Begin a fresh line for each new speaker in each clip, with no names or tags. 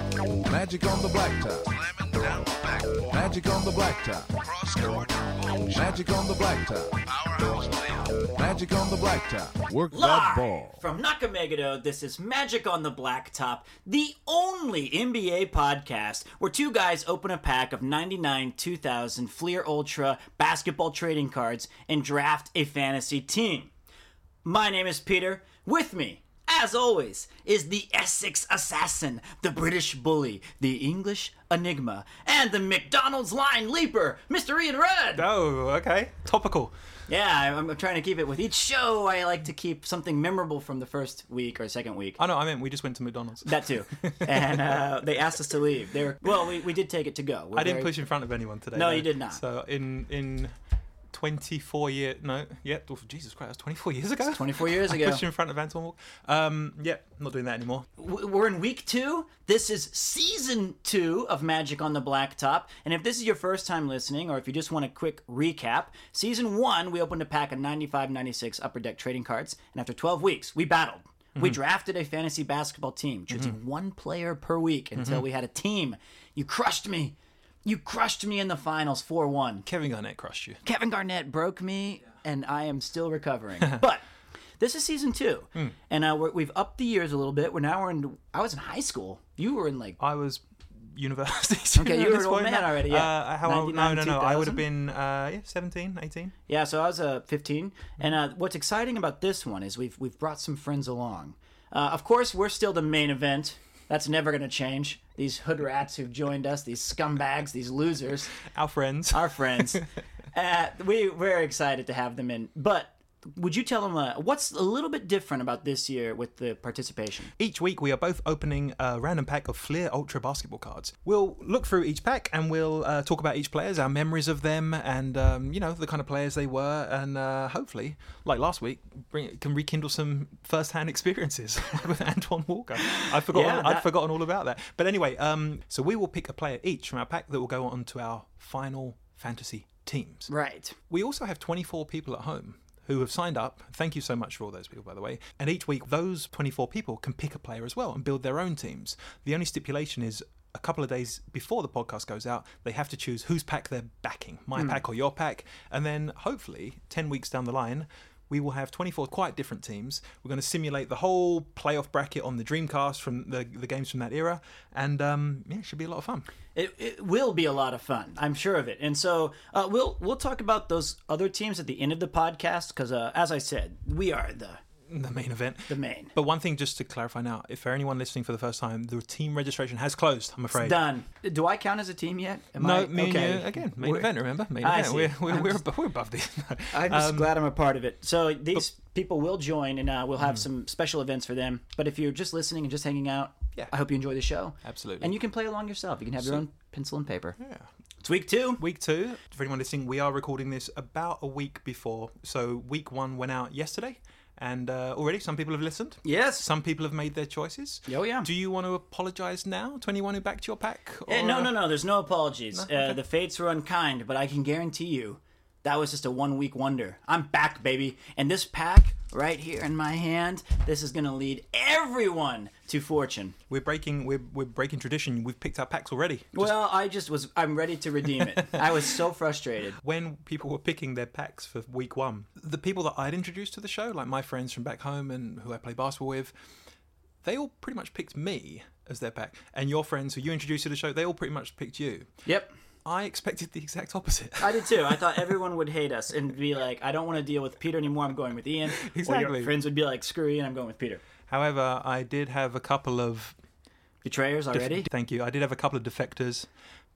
Magic on the blacktop.
Slamming down the backboard.
Magic on the blacktop.
Cross court or motion.
Magic on the blacktop.
Powerhouse play.
Magic on the blacktop. Work that
Live
ball.
from Nakamegato, this is Magic on the Blacktop, the only NBA podcast where two guys open a pack of 99 2000 Fleer Ultra basketball trading cards and draft a fantasy team. My name is Peter. With me, as always, is the Essex Assassin, the British Bully, the English Enigma, and the McDonald's Line Leaper, Mr. Ian Rudd.
Oh, okay. Topical.
Yeah, I- I'm, I'm trying to keep it with each show. I like to keep something memorable from the first week or second week.
Oh no, I meant we just went to McDonald's.
That too. And uh, they asked us to leave. They were, well, we, we did take it to go. We're
I didn't
very-
push in front of anyone today.
No,
though.
you did not.
So in in 24 year no, yeah, oh, Jesus Christ, that was 24 years ago.
24 years
I
ago.
pushed in front of Antoine Walker. Um, yeah, not doing that anymore.
W- We're in week two. This is season two of Magic on the Blacktop. And if this is your first time listening, or if you just want a quick recap, season one, we opened a pack of 95 96 upper deck trading cards. And after 12 weeks, we battled. We drafted a fantasy basketball team, choosing one player per week until we had a team. You crushed me. You crushed me in the finals 4 1.
Kevin Garnett crushed you.
Kevin Garnett broke me, and I am still recovering. but this is season two, and uh, we're, we've upped the years a little bit. We're now in. I was in high school. You were in like
I was university.
Okay,
at
you were
this
an old
point
man
now.
already, yeah.
Uh, how old? No,
99,
no, no. I
2000?
would have been uh, yeah, 17, 18.
yeah. So I was uh, 15, and uh, what's exciting about this one is we've we've brought some friends along. Uh, of course, we're still the main event. That's never going to change. These hood rats who've joined us, these scumbags, these losers.
Our friends.
our friends. uh, we we're excited to have them in. But would you tell them uh, what's a little bit different about this year with the participation?
Each week, we are both opening a random pack of Fleer Ultra basketball cards. We'll look through each pack and we'll uh, talk about each players, our memories of them, and um, you know the kind of players they were, and uh, hopefully, like last week, bring, can rekindle some first-hand experiences with Antoine Walker. I forgot,
Yeah,
I'd
that-
forgotten all about that. But anyway, um, so we will pick a player each from our pack that will go on to our final fantasy teams.
Right.
We also have 24 people at home who have signed up. Thank you so much for all those people, by the way. And each week, those 24 people can pick a player as well and build their own teams. The only stipulation is a couple of days before the podcast goes out, they have to choose whose pack they're backing my
Hmm.
pack or your pack. And then hopefully, 10 weeks down the line, we will have 24 quite different teams. We're going to simulate the whole playoff bracket on the Dreamcast from the, the games from that era. And um, yeah, it should be a lot of fun.
It, it will be a lot of fun, I'm sure of it. And so uh, we'll we'll talk about those other teams at the end of the podcast because, uh, as I said, we are the
The main event.
the main.
But one thing just to clarify now, if for anyone listening for the first time, the team registration has closed, I'm afraid.
Done. Do I count as a team yet? Am
No,
I,
me and you, again, main
We're-
event, Um, remember? Main
I
event.
see. Uh,
We're, we're,
I'm
we're,
just-
ab- we're above this.
I'm just glad I'm a part of it. So these people will join, and uh, we'll have
Mm-hmm.
some special events for them. But if you're just listening and just hanging out,
Yeah.
I hope you enjoy the show.
Absolutely.
And you can play along yourself. You can have your own pencil and paper.
yeah.
It's week two.
Week two, for anyone listening, we are recording this about a week before. So week one went out yesterday, and uh, already some people have listened.
Yes.
Some people have made their choices.
Oh, yeah.
Do you want to apologise now to anyone who backed your pack?
Eh,
or,
no,
uh,
no, no. There's no apologies. uh,
Okay.
the fates were unkind, but I can guarantee you that was just a one week wonder. I'm back, baby. And this pack right here in my hand, this is going to lead everyone to fortune.
We're breaking. We're, we're breaking tradition. We've picked our packs already.
well, I just was, I'm ready to redeem it. I was so frustrated.
when people were picking their packs for week one, the people that I'd introduced to the show, like my friends from back home and who I play basketball with, they all pretty much picked me as their pack. And your friends who you introduced to the show, they all pretty much picked you.
Yep.
I expected the exact opposite.
I did too. I thought everyone would hate us and be like, I don't want to deal with Peter anymore. I'm going with Ian. Or your
Exactly.
friends would be like, screw Ian, I'm going with Peter.
However, I did have a couple of.
Betrayers already?
Thank you. I did have a couple of defectors.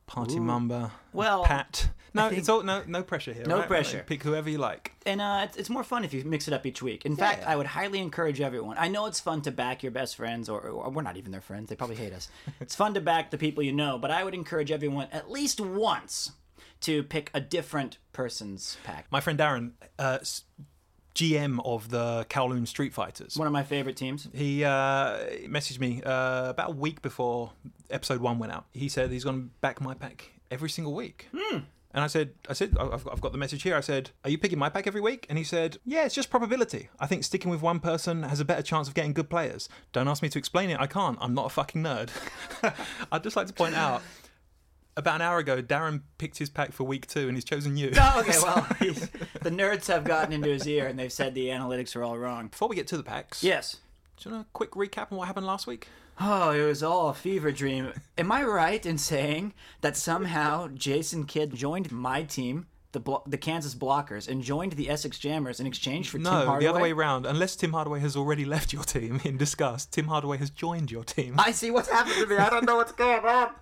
Party Mumba.
Well,
Pat. No,
think-
it's all no no pressure here.
No
right?
pressure.
Pick whoever you like.
And uh, it's, it's more fun if you mix it up each week. In fact, I would highly encourage everyone. I know it's fun to back your best friends, or, or we're not even their friends. They probably hate us. it's fun to back the people you know, but I would encourage everyone at least once to pick a different person's pack.
My friend Darren, uh, s- GM of the Kowloon Street Fighters.
One of my favorite teams.
He uh, messaged me uh, about a week before episode one went out. He said he's going to back my pack every single week. And I said, I said, I- I've got, I've got the message here. I said, are you picking my pack every week? And he said, yeah, it's just probability. I think sticking with one person has a better chance of getting good players. Don't ask me to explain it. I can't. I'm not a fucking nerd. I'd just like to point out, about an hour ago, Darren picked his pack for week two, and he's chosen you.
Oh, okay, well, he's, the nerds have gotten into his ear and they've said the analytics are all wrong.
Before we get to the packs,
Yes.
do you want a quick recap on what happened last week?
Oh, it was all a fever dream. Am I right in saying that somehow Jason Kidd joined my team, the blo- the Kansas Blockers, and joined the Essex Jammers in exchange for Tim
No,
Hardaway?
the other way round. Unless Tim Hardaway has already left your team in disgust, Tim Hardaway has joined your team.
I see what's happened to me. I don't know what's going on.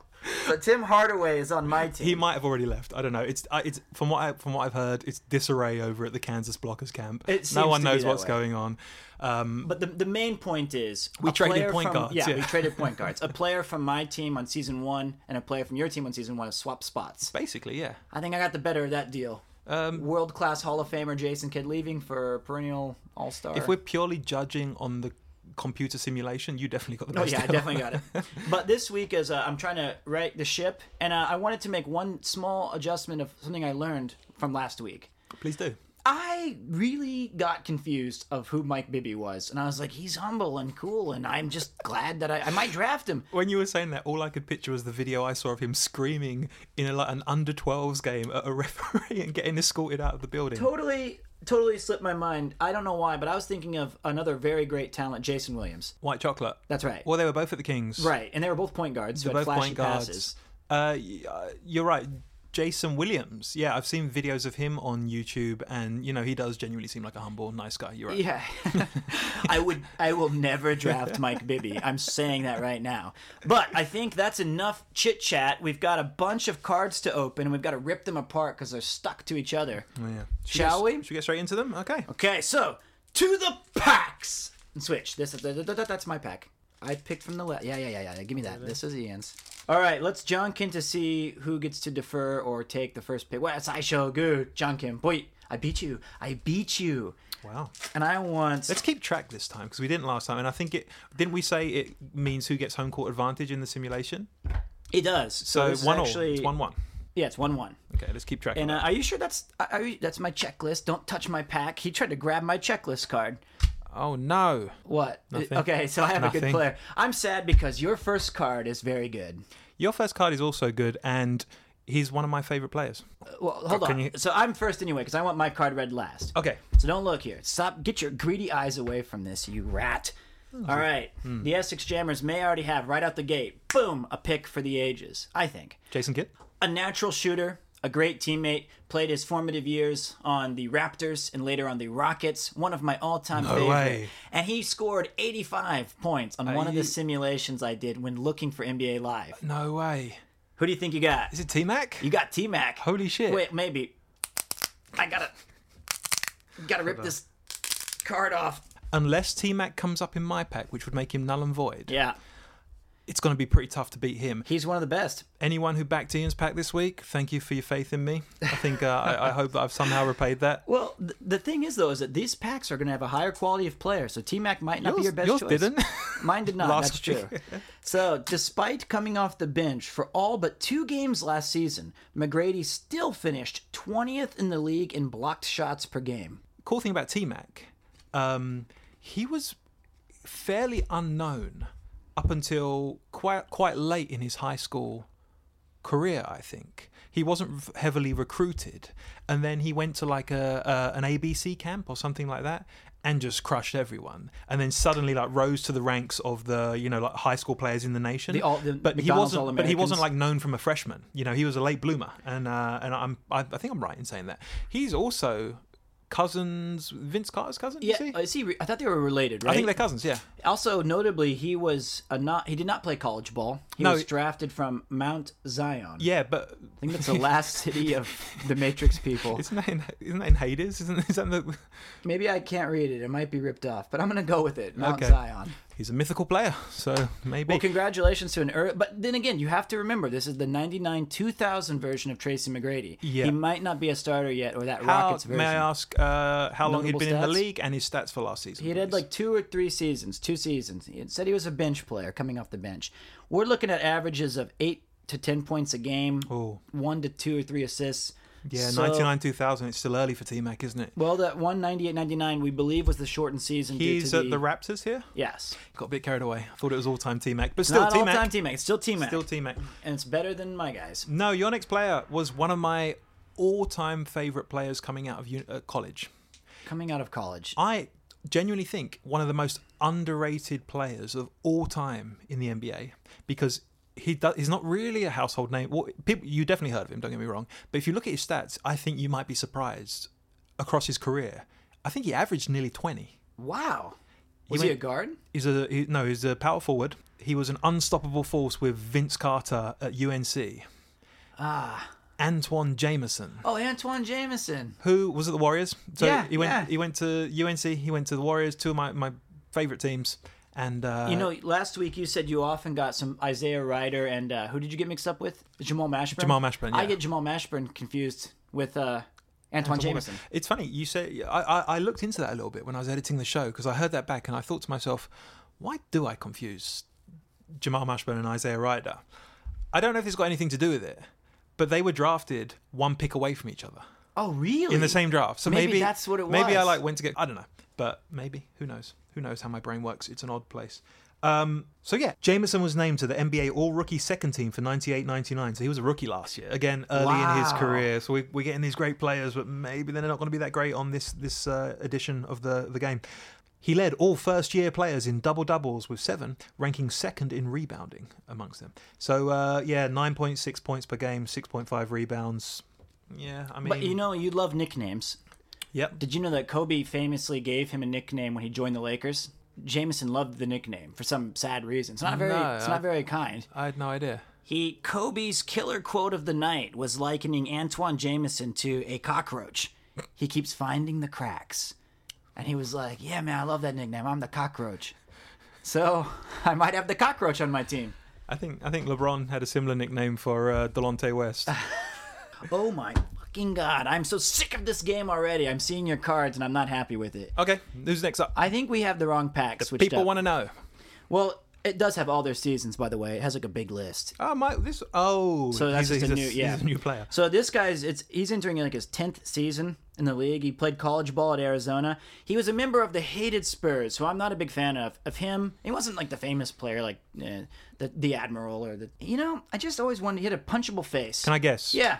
But Tim Hardaway is on my team.
He might have already left. I don't know. It's uh, it's from what I, from what I've heard. It's disarray over at the Kansas Blockers camp.
It seems
no one
to be
knows
that
what's
way.
going on.
But the, the main point is
We
a
traded
player
point
from-
guards,
Yeah,
yeah.
we traded point guards. A player from my team on season one and a player from your team on season one have swapped spots.
Basically, yeah.
I think I got the better of that deal.
Um,
World class Hall of Famer Jason Kidd leaving for perennial All Star.
If we're purely judging on the computer simulation, you definitely got the
Oh
best.
yeah, I
deal.
definitely got it. But this week, as uh, I'm trying to right the ship, and uh, I wanted to make one small adjustment of something I learned from last week.
Please do.
I really got confused of who Mike Bibby was, and I was like, he's humble and cool, and I'm just glad that I, I might draft him.
When you were saying that, all I could picture was the video I saw of him screaming in a, like, an under 12s game at a referee and getting escorted out of the building.
Totally, totally slipped my mind. I don't know why, but I was thinking of another very great talent, Jason Williams.
White chocolate.
That's right.
Well, they were both at the Kings.
Right, and they were both point guards who had
both
flashy
point guards.
passes.
Uh, y- uh, you're right. Jason Williams. Yeah, I've seen videos of him on YouTube, and you know he does genuinely seem like a humble, nice guy. You're right.
Yeah, I would. I will never draft Mike Bibby. I'm saying that right now. But I think that's enough chit chat. We've got a bunch of cards to open, and we've got to rip them apart because they're stuck to each other.
Oh, Yeah.
Shall
get,
we?
Should we get straight into them? Okay.
Okay, so to the packs and switch. This is th- th- th- that's my pack. I picked from the left. Yeah, yeah, yeah, yeah. yeah. Give me that. This is Ian's. All right, let's John Kim to see who gets to defer or take the first pick. Well, it's I show good. John Kim. Boy, I beat you. I beat you.
Wow.
And I want.
Let's keep track this time because we didn't last time, and I think it didn't. We say it means who gets home court advantage in the simulation.
It does. So,
So
this is
one
actually
all. It's one one.
Yeah, it's one one.
Okay, let's keep track.
And
of
uh,
that.
are you sure that's are- are you, that's my checklist? Don't touch my pack. He tried to grab my checklist card.
oh no.
What? Uh, Okay, so I have a good
Nothing.
player. I'm sad because your first card is very good.
Your first card is also good, and he's one of my favorite players.
Well, hold
Can
on.
you-
So I'm first anyway because I want my card read last.
Okay.
So don't look here. Stop. Get your greedy eyes away from this, you rat.
Hmm.
All right. The Essex Jammers may already have right out the gate. Boom, a pick for the ages. I think.
Jason Kidd.
a natural shooter, a great teammate, played his formative years on the Raptors and later on the Rockets, one of my all-time favorite.
way.
And he scored 85 points on one of
you-
the simulations I did when looking for NBA Live.
No way.
Who do you think you got?
Is it T Mac?
You got T-Mac.
Holy shit.
Wait, maybe. I gotta... Gotta rip this card off.
Unless T Mac comes up in my pack, which would make him null and void,
Yeah.
it's going to be pretty tough to beat him.
He's one of the best.
Anyone who backed Ian's pack this week, thank you for your faith in me. I think uh, I, I hope that I've somehow repaid that.
Well, th- the thing is, though, is that these packs are going to have a higher quality of player, so T-Mac might not be
Yours-
your best
yours
choice.
didn't.
Mine did not.
Last
that's
week.
true. so, despite coming off the bench for all but two games last season, McGrady still finished 20th in the league in blocked shots per game.
Cool thing about T Mac, um, he was fairly unknown up until quite quite late in his high school career. I think he wasn't v- heavily recruited, and then he went to like a, a an ABC camp or something like that, and just crushed everyone. And then suddenly like rose to the ranks of the you know like high school players in the nation.
The all- the
but he
McDonald's
wasn't. But he
All-Americans.
wasn't like known from a freshman. You know, he was a late bloomer, and uh, and I'm I, I think I'm right in saying that he's also. Cousins, Vince Carter's cousin.
Yeah,
is he?
uh, is he re- I thought they were related, right?
I think they're cousins. Yeah,
also, notably, he was a not. He did not play college ball. He
No.
was drafted from Mount Zion.
yeah, but
I think that's the last city of the Matrix people.
isn't that in, isn't that in Hades? Isn't is that the,
Maybe I can't read it. It might be ripped off, but I'm going to go with it. Mount
Okay.
Zion.
he's a mythical player? So maybe.
Well, congratulations to an early, but then again, you have to remember this is the 99 2000 version of Tracy McGrady.
Yeah.
He might not be a starter yet or that
how,
Rockets version.
may I ask uh, how long he'd
Notable
been in the
stats?
league and his stats for last season?
he had
please?
like two or three seasons, two seasons. He had said he was a bench player coming off the bench. We're looking at averages of 8 to 10 points a game,
Oh.
1 to 2 or 3 assists.
Yeah,
So-
99 2000, it's still early for T Mac, isn't it?
Well, that one ninety eight ninety nine we believe was the shortened season. due
He's
to
at the Raptors here.
yes,
Got a bit carried away. I thought it was all time T Mac, but
still
still
not
T
all time
Mac.
T Mac. It's still T Mac,
Still T Mac.
and it's better than my guys.
No, your next player was one of my all time favourite players coming out of uni- uh, college.
Coming out of college,
I genuinely think one of the most underrated players of all time in the NBA because he does, he's not really a household name. Well, people, you definitely heard of him, don't get me wrong. But if you look at his stats, I think you might be surprised across his career. I think he averaged nearly 20.
wow. Was he
went-
a guard?
He's a he, no, he's a power forward. He was an unstoppable force with Vince Carter at UNC. Ah, Antoine Jameson,
Oh, Antoine Jameson.
who was at the Warriors. So
Yeah,
he went
yeah.
he went to UNC. He went to the Warriors, two of my my favorite teams. And uh,
You know, last week you said you often got some Isaiah Ryder and uh, who did you get mixed up with? Jamal Mashburn.
Jamal Mashburn,
I
yeah.
get Jamal Mashburn confused with uh, Antoine Jameson.
It's funny you say. I, I, I looked into that a little bit when I was editing the show because I heard that back and I thought to myself, why do I confuse Jamal Mashburn and Isaiah Ryder? I don't know if it's got anything to do with it, but they were drafted one pick away from each other
Oh, really?
in the same draft. So
Maybe
maybe,
that's what it
Maybe I
was.
like went to get. I don't know, but maybe who knows? Who knows how my brain works? It's an odd place. Um, so yeah, Jameson was named to the NBA All Rookie Second Team for 98-99. So he was a rookie last year. Again, early in his
Wow.
career. So we, we're getting these great players, but maybe they're not going to be that great on this this uh, edition of the the game. He led all first year players in double doubles with seven, ranking second in rebounding amongst them. So uh, yeah, nine point six points per game, six point five rebounds. Yeah, I mean,
But you know, you love nicknames.
yep.
Did you know that Kobe famously gave him a nickname when he joined the Lakers? Jameson loved the nickname for some sad reason. It's not very.
Mm, No,
it's
I-
not very kind.
I had no idea.
He Kobe's killer quote of the night was likening Antoine Jameson to a cockroach. He keeps finding the cracks. And he was like, "Yeah, man, I love that nickname. I'm the cockroach." So, I might have the cockroach on my team.
I think I think LeBron had a similar nickname for uh, Delonte West.
Oh my fucking god. I'm so sick of this game already. I'm seeing your cards and I'm not happy with it.
okay, who's next up?
I think we have the wrong pack switched
People
up.
want to know.
well, it does have all their seasons by the way. It has like a big list.
Oh my! This oh,
So that's
he's
just a new-
he's
yeah.
he's a new player.
So this guy's it's he's entering like his tenth season in the league. He played college ball at Arizona. He was a member of the hated Spurs, who I'm not a big fan of. Of him, he wasn't like the famous player like eh, the the Admiral or the you know. I just always wanted he had a punchable face.
Can I guess?
Yeah,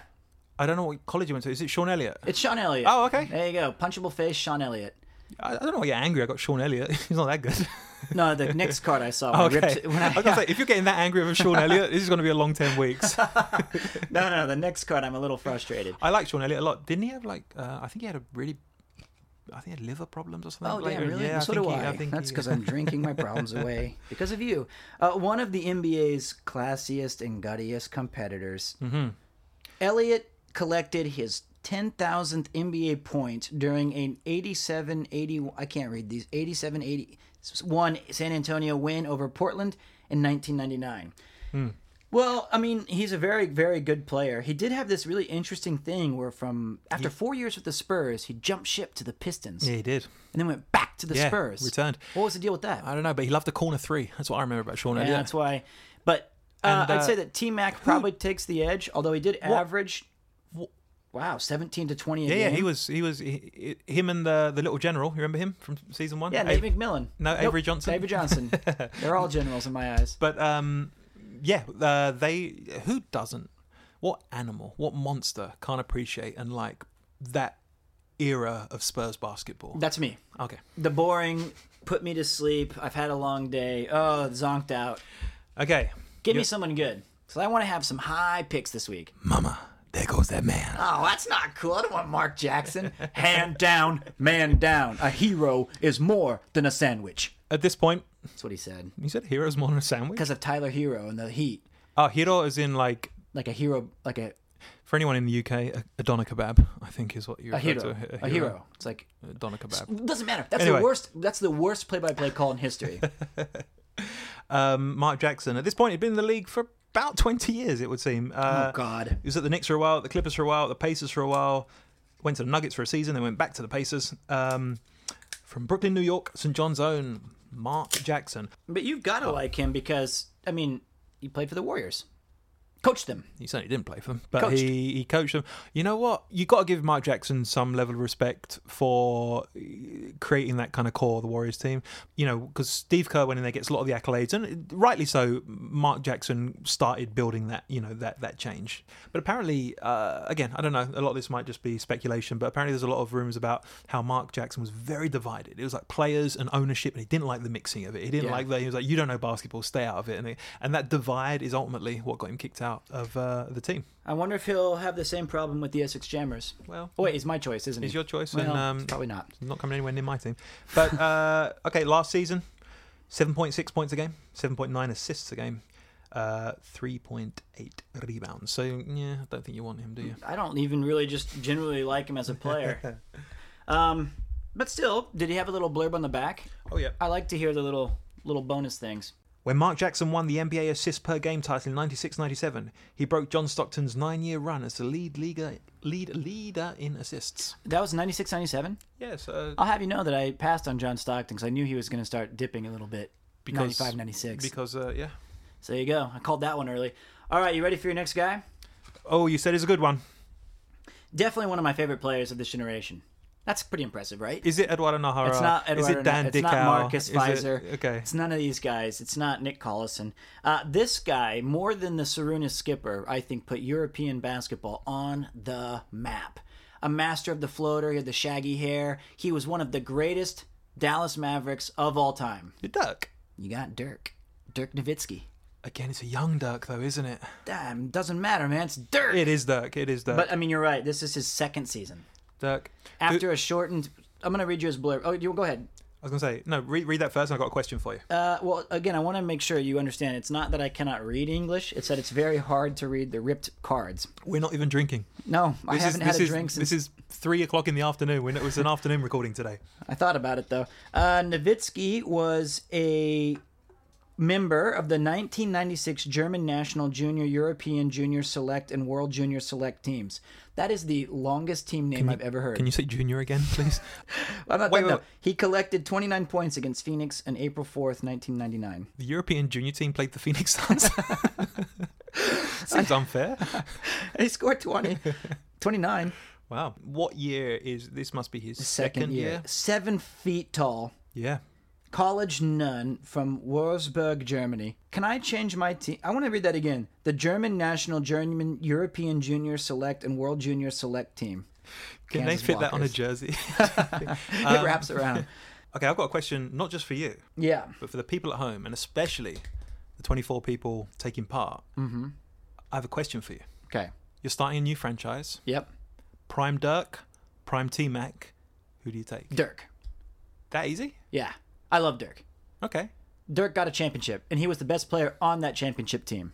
I don't know what college you went to. Is it Sean Elliott?
it's Sean Elliott.
Oh, okay.
There you go, punchable face, Sean Elliott.
I, I don't know why you're angry. I got Sean Elliott. he's not that good.
No, the next card I saw. When I ripped
okay.
it,
I,
when I,
was gonna say if you're getting that angry over Sean Elliott, this is going to be a long ten weeks.
no, no, the next card. I'm a little frustrated.
I like Sean Elliott a lot. Didn't he have like? Uh, I think he had a really. I think he had liver problems or something.
Oh yeah,
later in-
really?
Yeah,
so
I think
do
he-
I.
I think
That's
he-
because I'm drinking my problems away because of you. Uh, one of the NBA's classiest and guttiest competitors, Elliot collected his 10,000th NBA point during an 87-80. I can't read these. 87-81 San Antonio win over Portland in 1999. Hmm. Well, I mean, he's a very, very good player. He did have this really interesting thing where, from after four years with the Spurs, he jumped ship to the Pistons
Yeah, he did.
and then went back to the
Yeah,
Spurs.
returned.
What was the deal with that?
I don't know, but he loved the corner three. That's what I remember about Sean
yeah,
Elliott.
that's why. But uh,
And,
I'd
uh,
say that T Mac probably takes the edge, although he did average.
What-
Wow, seventeen to twenty. A
Yeah, yeah,
game.
he was, he was, he, he- him and the the little general. You remember him from season one?
Yeah,
Hey,
Nate McMillan.
no, Avery Johnson.
Avery Johnson. They're all generals in my eyes.
but um, yeah, uh, they who doesn't? What animal? What monster can't appreciate and like that era of Spurs basketball?
That's me.
Okay,
The boring, put me to sleep. I've had a long day. Oh, zonked out.
okay,
Give me someone good. So I want to have some high picks this week.
Mama, there goes that man.
Oh, that's not cool. I don't want Mark Jackson. Hand down, man down. A hero is more than a sandwich.
At this point,
That's what he said.
you said hero's more than a sandwich.
because of Tyler Hero and the Heat,
Oh, hero is in like
like a hero, like a,
for anyone in the UK, a, a doner kebab. I think is what you
a
refer
hero,
to
a hero. It's like
a doner kebab.
doesn't matter. That's
Anyway.
the worst. That's the worst play-by-play call in history.
um, Mark Jackson. At this point, he'd been in the league for about 20 years, it would seem. Uh,
oh God.
He was at the Knicks for a while, at the Clippers for a while, at the Pacers for a while, went to the Nuggets for a season, then went back to the Pacers. Um, from Brooklyn, New York, St. John's own Mark Jackson. Oh.
But you've got to like him because I mean, he played for the Warriors. Coach them.
He certainly didn't play for them, but
Coached.
he he coached them. You know what? You got to give Mike Jackson some level of respect for uh, creating that kind of core of the Warriors team. You know, because Steve Kerr went in there gets a lot of the accolades, and rightly so. Mark Jackson started building that you know that that change. But apparently, uh, again, I don't know. A lot of this might just be speculation, but apparently there's a lot of rumors about how Mark Jackson was very divided. It was like players and ownership, and he didn't like the mixing of it. He didn't
Yeah.
like that. He was like, "You don't know basketball, stay out of it." And it, and that divide is ultimately what got him kicked out of uh, the team.
I wonder if he'll have the same problem with the Essex Jammers.
Well,
Oh, wait, it's my choice, isn't it?
It's your choice,
Well,
and um,
it's probably not.
not coming anywhere near my team. But uh, okay, last season, seven point six points a game, seven point nine assists a game, uh, three point eight rebounds. So yeah, I don't think you want him, do you?
I don't even really just generally like him as a player. um, but still, did he have a little blurb on the back?
Oh yeah.
I like to hear the little little bonus things.
When Mark Jackson won the NBA assist per game title in 96-97, he broke John Stockton's nine-year run as the lead leaguer, lead leader in assists.
That was 96, 97.
Yes, uh,
I'll have you know that I passed on John Stockton because I knew he was going to start dipping a little bit.
Because-
95, 96.
because uh, yeah.
so there you go. I called that one early. All right, you ready for your next guy?
Oh, you said it's a good one.
Definitely one of my favorite players of this generation. That's pretty impressive, right?
Is it Eduardo Nahara?
It's not Eduardo.
Is it Dan
it's
Dickow?
not Marcus
Is it-
Pfizer.
okay.
It's none of these guys. It's not Nick Collison. Uh, this guy, more than the Sarunas skipper, I think put European basketball on the map. A master of the floater. He had the shaggy hair. He was one of the greatest Dallas Mavericks of all time.
The duck.
You got Dirk. Dirk Nowitzki.
Again, it's a young Dirk, though, isn't it?
Damn, doesn't matter, man. It's Dirk.
It is Dirk. It is Dirk.
But I mean, you're right. This is his second season.
Dirk.
After a shortened. I'm going to read you his blurb. Oh, you go ahead.
I was gonna say no. Read, read that first. and I got a question for you.
Uh, well, again, I want to make sure you understand. It's not that I cannot read English. It's that it's very hard to read the ripped cards.
We're not even drinking.
No, I
This
haven't
is,
had
this
a
is,
drink since.
This is three o'clock in the afternoon. When it was an afternoon recording today.
I thought about it though. Uh, Nowitzki was a member of the 1996 German national junior, European junior select, and world junior select teams. That is the longest team name I've ever heard.
Can you say junior again, please?
I'm not
wait,
wait,
wait,
no.
wait.
He collected 29 points against Phoenix on April 4th, 1999.
the European junior team played the Phoenix Suns. Seems unfair.
And he scored 20. 29.
Wow. What year is this? Must be his
Second, year. Seven feet tall.
Yeah.
College nun from Wurzburg, Germany. Can I change my team? I want to read that again. The German national, German, European junior select, and world junior select team.
Can
Kansas
they fit that on a um,
Walkers.
jersey?
it wraps around.
okay, I've got a question not just for you.
Yeah.
but for the people at home and especially the 24 people taking part,
Mm-hmm.
I have a question for you.
Okay.
You're starting a new franchise,
Yep.
Prime Dirk, Prime T Mac. Who do you take?
Dirk.
That easy?
Yeah. I love Dirk.
Okay,
Dirk got a championship, and he was the best player on that championship team.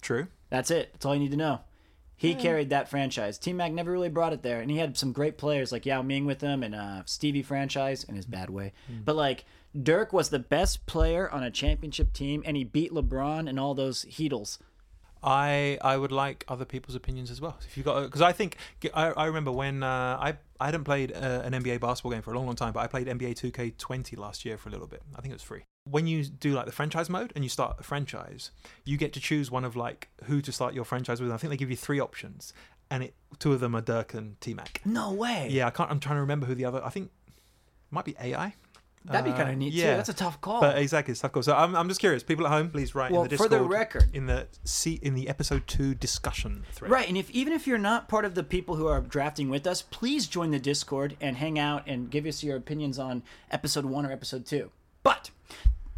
true.
That's it. That's all you need to know. He
Hmm.
carried that franchise. T Mac never really brought it there, and he had some great players like Yao Ming with him and uh, Stevie franchise in his
Hmm.
bad way. But like Dirk was the best player on a championship team, and he beat LeBron and all those Heatles.
I I would like other people's opinions as well. If you got because I think I, I remember when uh, I I hadn't played uh, an NBA basketball game for a long long time, but I played NBA 2K20 last year for a little bit. I think it was free. When you do like the franchise mode and you start a franchise, you get to choose one of like who to start your franchise with. And I think they give you three options, and it two of them are Dirk and T Mac.
No way.
Yeah, I can't. I'm trying to remember who the other. I think it might be AI.
that'd be
Uh,
kind of neat
yeah.
too. That's a tough call.
But exactly, it's tough call. So I'm, I'm just curious. People at home, please write
Well,
in the
for
Discord
the record-
in the see in the episode two discussion thread.
Right, and if even if you're not part of the people who are drafting with us, please join the Discord and hang out and give us your opinions on episode one or episode two. But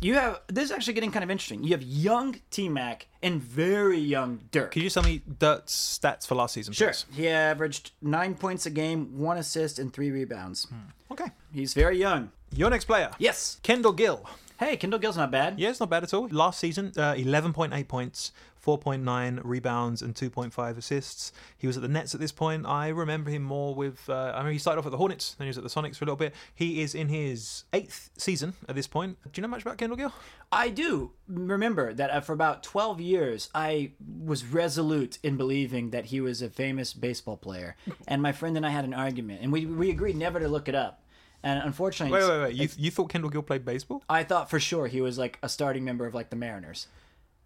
you have this is actually getting kind of interesting. You have young T Mac and very young Dirk.
Could you just tell me Dirt's stats for last season?
sure,
please?
he averaged nine points a game, one assist, and three rebounds.
Okay.
He's very young.
Your next player.
Yes.
Kendall Gill.
Hey, Kendall Gill's not bad.
Yeah, it's not bad at all. Last season, uh, 11.8 points, 4.9 rebounds, and 2.5 assists. He was at the Nets at this point. I remember him more with. Uh, I mean, he started off at the Hornets, then he was at the Sonics for a little bit. He is in his eighth season at this point. Do you know much about Kendall Gill?
I do remember that uh, for about 12 years, I was resolute in believing that he was a famous baseball player. And my friend and I had an argument, and we, we agreed never to look it up. And unfortunately,
Wait, wait, wait. You, you thought Kendall Gill played baseball?
I thought for sure he was like a starting member of like the Mariners.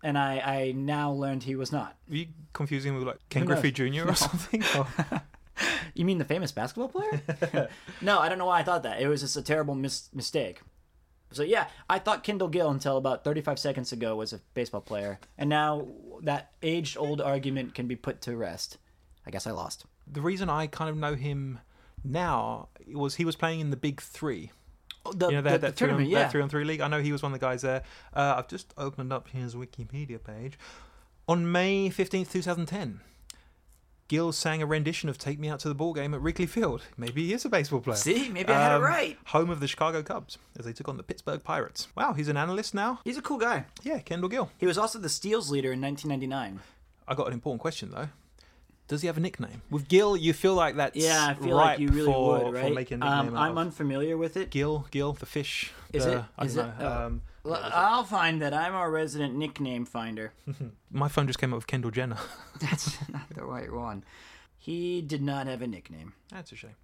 and I, I now learned he was not.
Are you confusing him with like Ken
Who knows?
Griffey Jr. or something? Or-
You mean the famous basketball player? no, I don't know why I thought that. It was just a terrible mis- mistake. So yeah, I thought Kendall Gill until about 35 seconds ago was a baseball player, and now that aged-old argument can be put to rest. I guess I lost.
the reason I kind of know him now was he was playing in the Big Three.
Oh, the,
You know, they
the-
had
the
that, three on,
tournament,
that
yeah.
three on three league. I know he was one of the guys there. Uh, I've just opened up his Wikipedia page. On May 15th, 2010, Gill sang a rendition of Take Me Out to the Ball Game at Wrigley Field. Maybe he is a baseball player. Um,
See, maybe I had it right.
Home of the Chicago Cubs as they took on the Pittsburgh Pirates. Wow, he's an analyst now?
He's a cool guy.
Yeah, Kendall Gill.
He was also the steals leader in 1999.
I got an important question though. Does he have a nickname? With Gill, you feel like that's
Yeah, I feel
ripe
like you really
for,
would,
for
right?
making a nickname
um,
out
I'm
of.
unfamiliar with it.
Gill, Gill, the fish.
Is
the-
it?
I don't
Is
know.
it? Oh.
Um,
L- I'll find that. I'm our resident nickname finder.
my phone just came up with Kendall Jenner.
That's not the right one. He did not have a nickname.
that's a shame.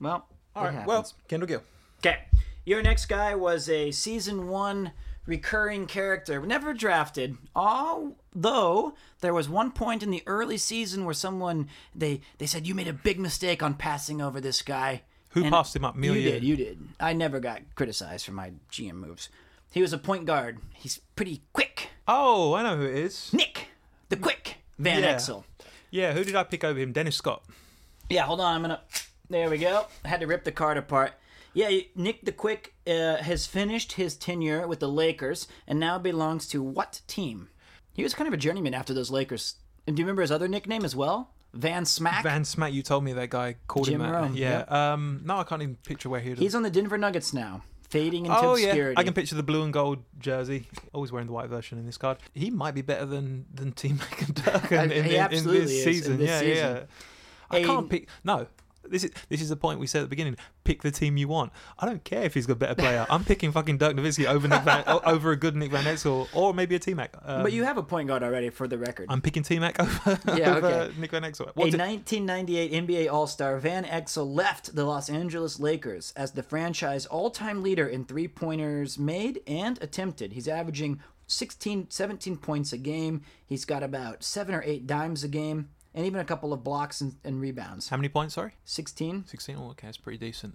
Well,
All right, well, Kendall Gill.
Okay. Your next guy was a season one recurring character, never drafted. Although there was one point in the early season where someone they they said you made a big mistake on passing over this guy.
Who
And
passed him up?
You
Million.
did. You did. I never got criticized for my GM moves. He was a point guard. He's pretty quick.
Oh, I know who it is.
Nick, the quick Van
Yeah.
Exel.
Yeah, who did I pick over him? Dennis Scott.
Yeah, hold on. I'm gonna. There we go. I had to rip the card apart. Yeah, Nick the Quick uh, has finished his tenure with the Lakers and now belongs to what team? He was kind of a journeyman after those Lakers. And do you remember his other nickname as well? Van Smack.
Van Smack, you told me that guy called
Jim
him that.
Rome,
yeah. Um, no, I can't even picture where he
He's on the Denver Nuggets now, fading into
Oh
obscurity.
yeah, I can picture the blue and gold jersey. Always wearing the white version in this card. He might be better than than Team McIntyre in, in,
Uh, He
in,
absolutely is
this
in
season.
this
yeah,
season.
yeah. I
A-
can't pick. No, this is this is the point we said at the beginning. Pick the team you want. I don't care if he's got a better player. I'm picking fucking Dirk Nowitzki over Nick Van, o- over a good Nick Van Exel or maybe a T Mac. Um,
but you have a point guard already for the record.
I'm picking T Mac over,
Yeah,
over
okay.
Nick Van Exel.
A
What did-
1998 NBA All Star, Van Exel left the Los Angeles Lakers as the franchise all time leader in three pointers made and attempted. He's averaging 16, 17 points a game. He's got about seven or eight dimes a game, and even a couple of blocks and, and rebounds.
how many points? Sorry.
16?
16 oh, okay that's pretty decent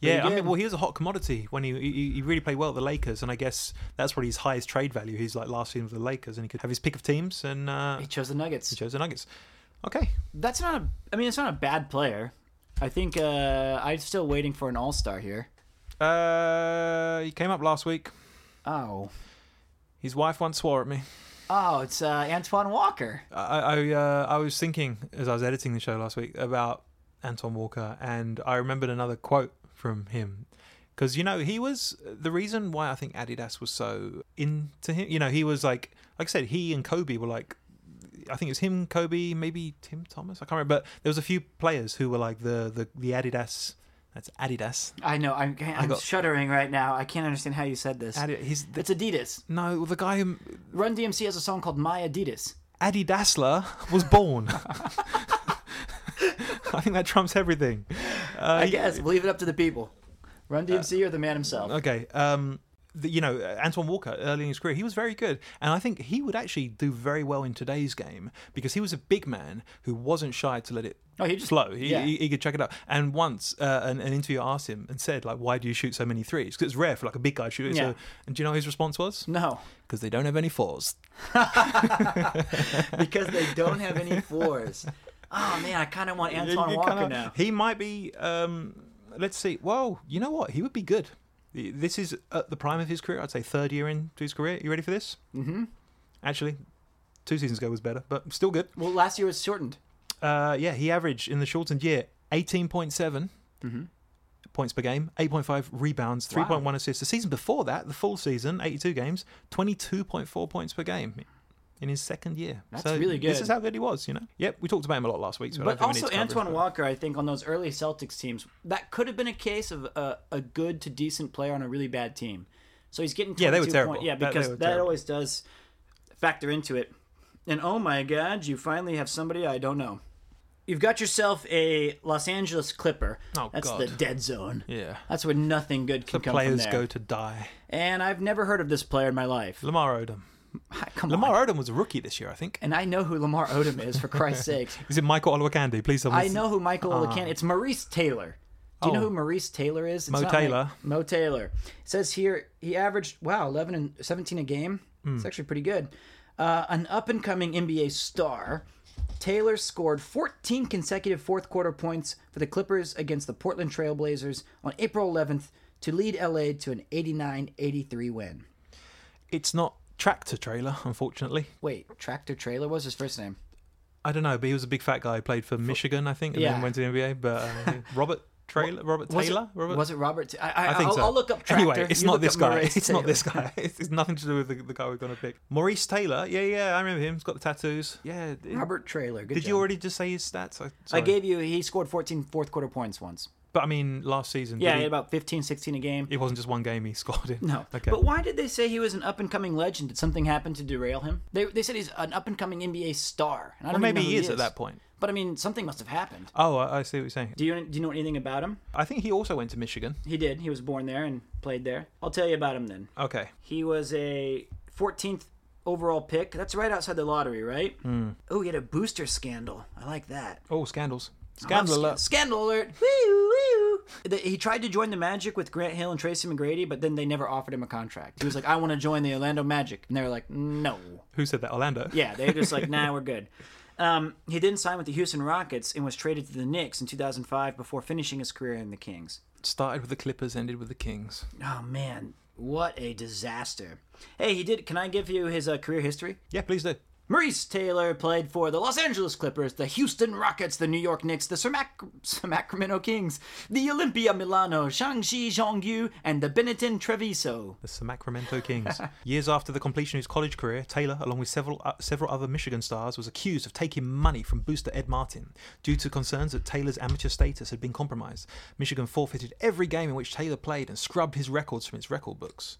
pretty
yeah i
good.
mean well he was a hot commodity when he, he he really played well at the lakers and i guess that's what his highest trade value he's like last season with the lakers and he could have his pick of teams and uh
He chose the
he
Nuggets.
chose the nuggets okay
That's not a. I mean, it's not a bad player. I think uh, I'm still waiting for an All Star here.
uh he came up last week
Oh.
his wife once swore at me
Oh, it's uh, Antoine Walker.
i i uh, i was thinking as i was editing the show last week about anton walker and i remembered another quote from him because you know he was the reason why i think adidas was so into him you know he was like like i said he and kobe were like I think it was him, Kobe, maybe Tim Thomas. I can't remember, but there was a few players who were like the the, the Adidas. That's Adidas.
I know. I'm, I'm
got-
shuddering right now. I can't understand how you said this.
Adidas. He's the,
It's Adidas.
no the guy who
Run DMC has a song called My Adidas.
Adidasler was born. I think that trumps everything. Uh,
I guess. Uh, We'll leave it up to the people. Run DMC or the man himself.
Okay. Um, the, you know, Antoine Walker early in his career, he was very good, and I think he would actually do very well in today's game because he was a big man who wasn't shy to let it.
Oh, he just-
flow. He,
yeah.
he, he could check it out. And once uh, an, an interviewer asked him and said, like, why do you shoot so many threes? Because it's rare for like a big guy shooting.
Yeah.
So, and do you know what his response was?
No,
Because they don't have any fours.
because they don't have any fours. Oh man, I kind of want Antoine
You
Walker
kinda-
now.
He might be. Um, let's see. Well, you know what? He would be good. This is at the prime of his career. I'd say third year into his career. You ready for this? Mm-hmm. Actually, two seasons ago was better, but still good.
Well, last year was shortened.
Uh, yeah, he averaged in the shortened year 18.7
Mm-hmm.
points per game, 8.5 rebounds, 3.1 assists. The season before that, the full season, 82 games, 22.4 points per game. In his second year,
That's
So
really
This
good.
is how good he was, you know. Yep, we talked about him a lot last week. So I don't
But
think we need
also
to cover it,
Antoine
but-
Walker, I think on those early Celtics teams, that could have been a case of a, a good to decent player on a really bad team. So he's getting
Yeah, they were
22
terrible.
Point, yeah,
That- they
because
were
that
terrible.
always does factor into it. And oh my God, you finally have somebody I don't know. You've got yourself a Los Angeles Clipper.
Oh,
that's
God.
the dead zone.
Yeah.
That's where nothing good can
the
come
players
from there.
go to die.
And I've never heard of this player in my life. Ah,
Lamar Odom.
Come on.
Lamar Odom was a rookie this year, I think.
And I know who Lamar Odom is, for Christ's sakes.
Is it Michael Olowokandi? Please tell me.
I
it's-
know who Michael Olacan. It's Maurice Taylor. Do you know
Ah. Oh.
who Maurice Taylor is? It's
Mo
not me.
Taylor.
Mo Taylor. It says here he averaged wow eleven and seventeen a game.
Hmm.
It's actually pretty good. Uh, an up and coming NBA star. Taylor scored 14 consecutive fourth quarter points for the Clippers against the Portland Trailblazers on April 11th to lead LA to an 89 83 win.
It's not Tractor Trailer, unfortunately.
Wait, Tractor Trailer was his first name?
I don't know, but he was a big fat guy who played for Michigan, I think, and
Yeah.
then went to the NBA. But uh, Robert Trailer, Robert
Was
Taylor,
it,
Robert.
was it Robert? I, I,
I think
will
so.
I'll look up Tractor.
Anyway, it's
You
not
look
this
up
guy.
Maurice
It's not
Taylor.
this guy. It's, it's nothing to do with the, the guy we're going to pick. Maurice Taylor. Yeah, yeah, I remember him. He's got the tattoos. Yeah. it-
Robert Trailer. Good
Mm-hmm. Did you
job.
already just say his stats? I,
I
sorry.
gave you, he scored 14 fourth quarter points once.
But I mean, last season.
Yeah,
did
he
he-
had about 15, 16 a game.
it wasn't just one game he scored in.
No.
Okay.
But why did they say he was an up and coming legend? Did something happen to derail him? They, they said he's an up and coming NBA star. And I
Well,
don't even
maybe
know who
he is at that point.
But I mean, something must have happened.
Oh, I, I see what you're saying.
Do you, do you know anything about him?
I think he also went to Michigan.
He did. He was born there and played there. I'll tell you about him then.
Okay.
He was a 14th overall pick. That's right outside the lottery, right?
Hmm.
Oh, he had a booster scandal. I like that.
Oh, scandals.
Love
Scandal
scan-
alert.
Scandal alert. Woo, woo. The- He tried to join the Magic with Grant Hill and Tracy McGrady, but then they never offered him a contract. He was like, I want to join the Orlando Magic. And they were like, no.
Who said that? Orlando?
Yeah, they were just like, nah, we're good. Um, he then signed with the Houston Rockets and was traded to the Knicks in 2005 before finishing his career in the Kings.
Started with the Clippers, ended with the Kings.
Oh, man. What a disaster. Hey, he did. Can I give you his uh, career history?
Yeah, please do.
Maurice Taylor played for the Los Angeles Clippers, the Houston Rockets, the New York Knicks, the Samac- Sacramento Kings, the Olympia Milano, Shang-Chi Zhongyu, and the Benetton Treviso.
The Sacramento Kings. Years after the completion of his college career, Taylor, along with several uh, several other Michigan stars, was accused of taking money from booster Ed Martin due to concerns that Taylor's amateur status had been compromised. Michigan forfeited every game in which Taylor played and scrubbed his records from its record books.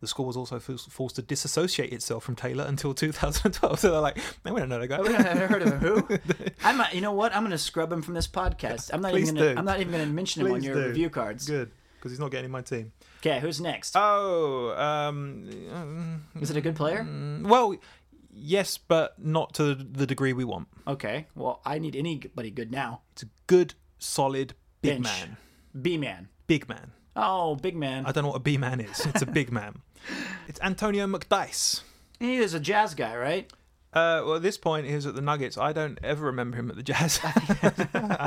The school was also forced forced to disassociate itself from Taylor until 2012. So they're like, man, we don't know that guy.
I've never heard of who? I'm not, you know what? I'm gonna scrub him from this podcast. I'm not
Please
even gonna,
do.
I'm not even gonna mention him on
Please
your
do.
review cards.
Good, because he's not getting in my team.
Okay, who's next?
Oh, um,
Is it a good player?
well, yes, but not to the degree we want.
Okay. Well, I need anybody good now.
It's a good, solid
Bench.
big man.
B man.
Big man.
Oh, big man.
I don't know what a B man is. It's a big man. It's Antonio McDice.
He is a jazz guy, right?
Uh, well, at this point, he was at the Nuggets. I don't ever remember him at the Jazz. I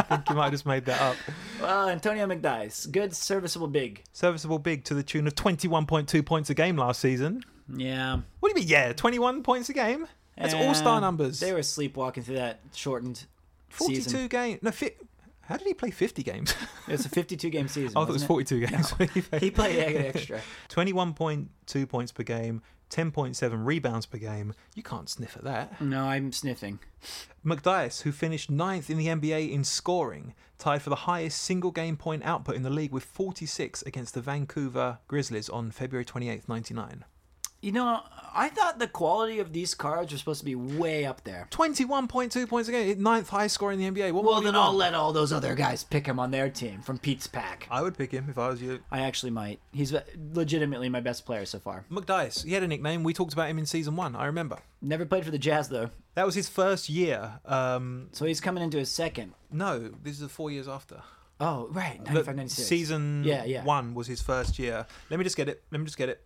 think you might have just made that up.
Well, Antonio McDice, good serviceable big.
Serviceable big to the tune of 21.2 points a game last season.
Yeah.
What do you mean, yeah? 21 points a game? That's all star
Yeah,
numbers.
Uh, Um, They were sleepwalking through that shortened
42
season.
games. No, fi- how did he play 50 games?
It's a 52 game season.
I thought it was
wasn't
42 games.
He played e- extra.
21.2 points per game, 10.7 rebounds per game. You can't sniff at that.
No, I'm sniffing.
McDice, who finished ninth in the NBA in scoring, tied for the highest single game point output in the league with 46 against the Vancouver Grizzlies on February 28th, 99.
You know, I thought the quality of these cards were supposed to be way up there.
21.2 points a game, ninth highest score in the NBA. What
Well,
more do you
then I'll
want?
let all those other guys pick him on their team from Pete's pack.
I would pick him if I was you.
I actually might. He's legitimately my best player so far.
McDice, he had a nickname. We talked about him in season one, I remember.
Never played for the Jazz though,
That was his first year. Um,
so he's coming into his second.
no, this is the four years after.
Oh, right, 95, 96.
Season
Yeah, yeah.
one was his first year. Let me just get it. Let me just get it.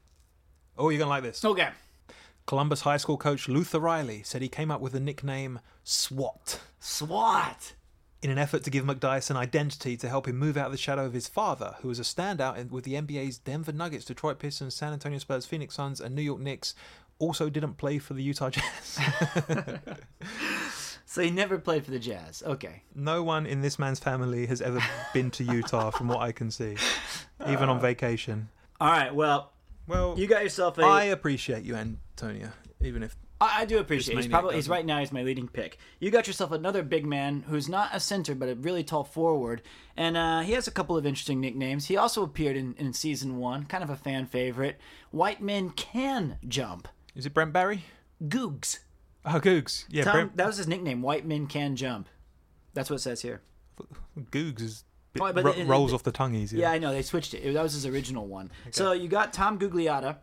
Oh, you're going to like this.
Okay.
Columbus High School coach Luther Riley said he came up with the nickname SWAT
SWAT.
in an effort to give McDice an identity to help him move out of the shadow of his father, who was a standout in, with the NBA's Denver Nuggets, Detroit Pistons, San Antonio Spurs, Phoenix Suns, and New York Knicks. Also, didn't play for the Utah Jazz.
So he never played for the Jazz. Okay.
no one in this man's family has ever been to Utah, from what I can see, even on vacation.
All right. Well,
Well,
Uh, you got yourself a.
I appreciate you, Antonia, even if
I, I do appreciate. He's
maniac
probably he's
doesn't.
right now. He's my leading pick. You got yourself another big man who's not a center, but a really tall forward, and uh, he has a couple of interesting nicknames. He also appeared in, in season one, kind of a fan favorite. White men can jump.
is it Brent Barry?
Googs.
Oh, Googs. Yeah,
Tom,
Brent
that was his nickname. White men can jump. That's what it says here.
Googs is bit,
Oh, but
ro-
it- it-
rolls off the tongue easier.
Yeah, I know they switched it. That was his original one. So you got Tom Gugliotta.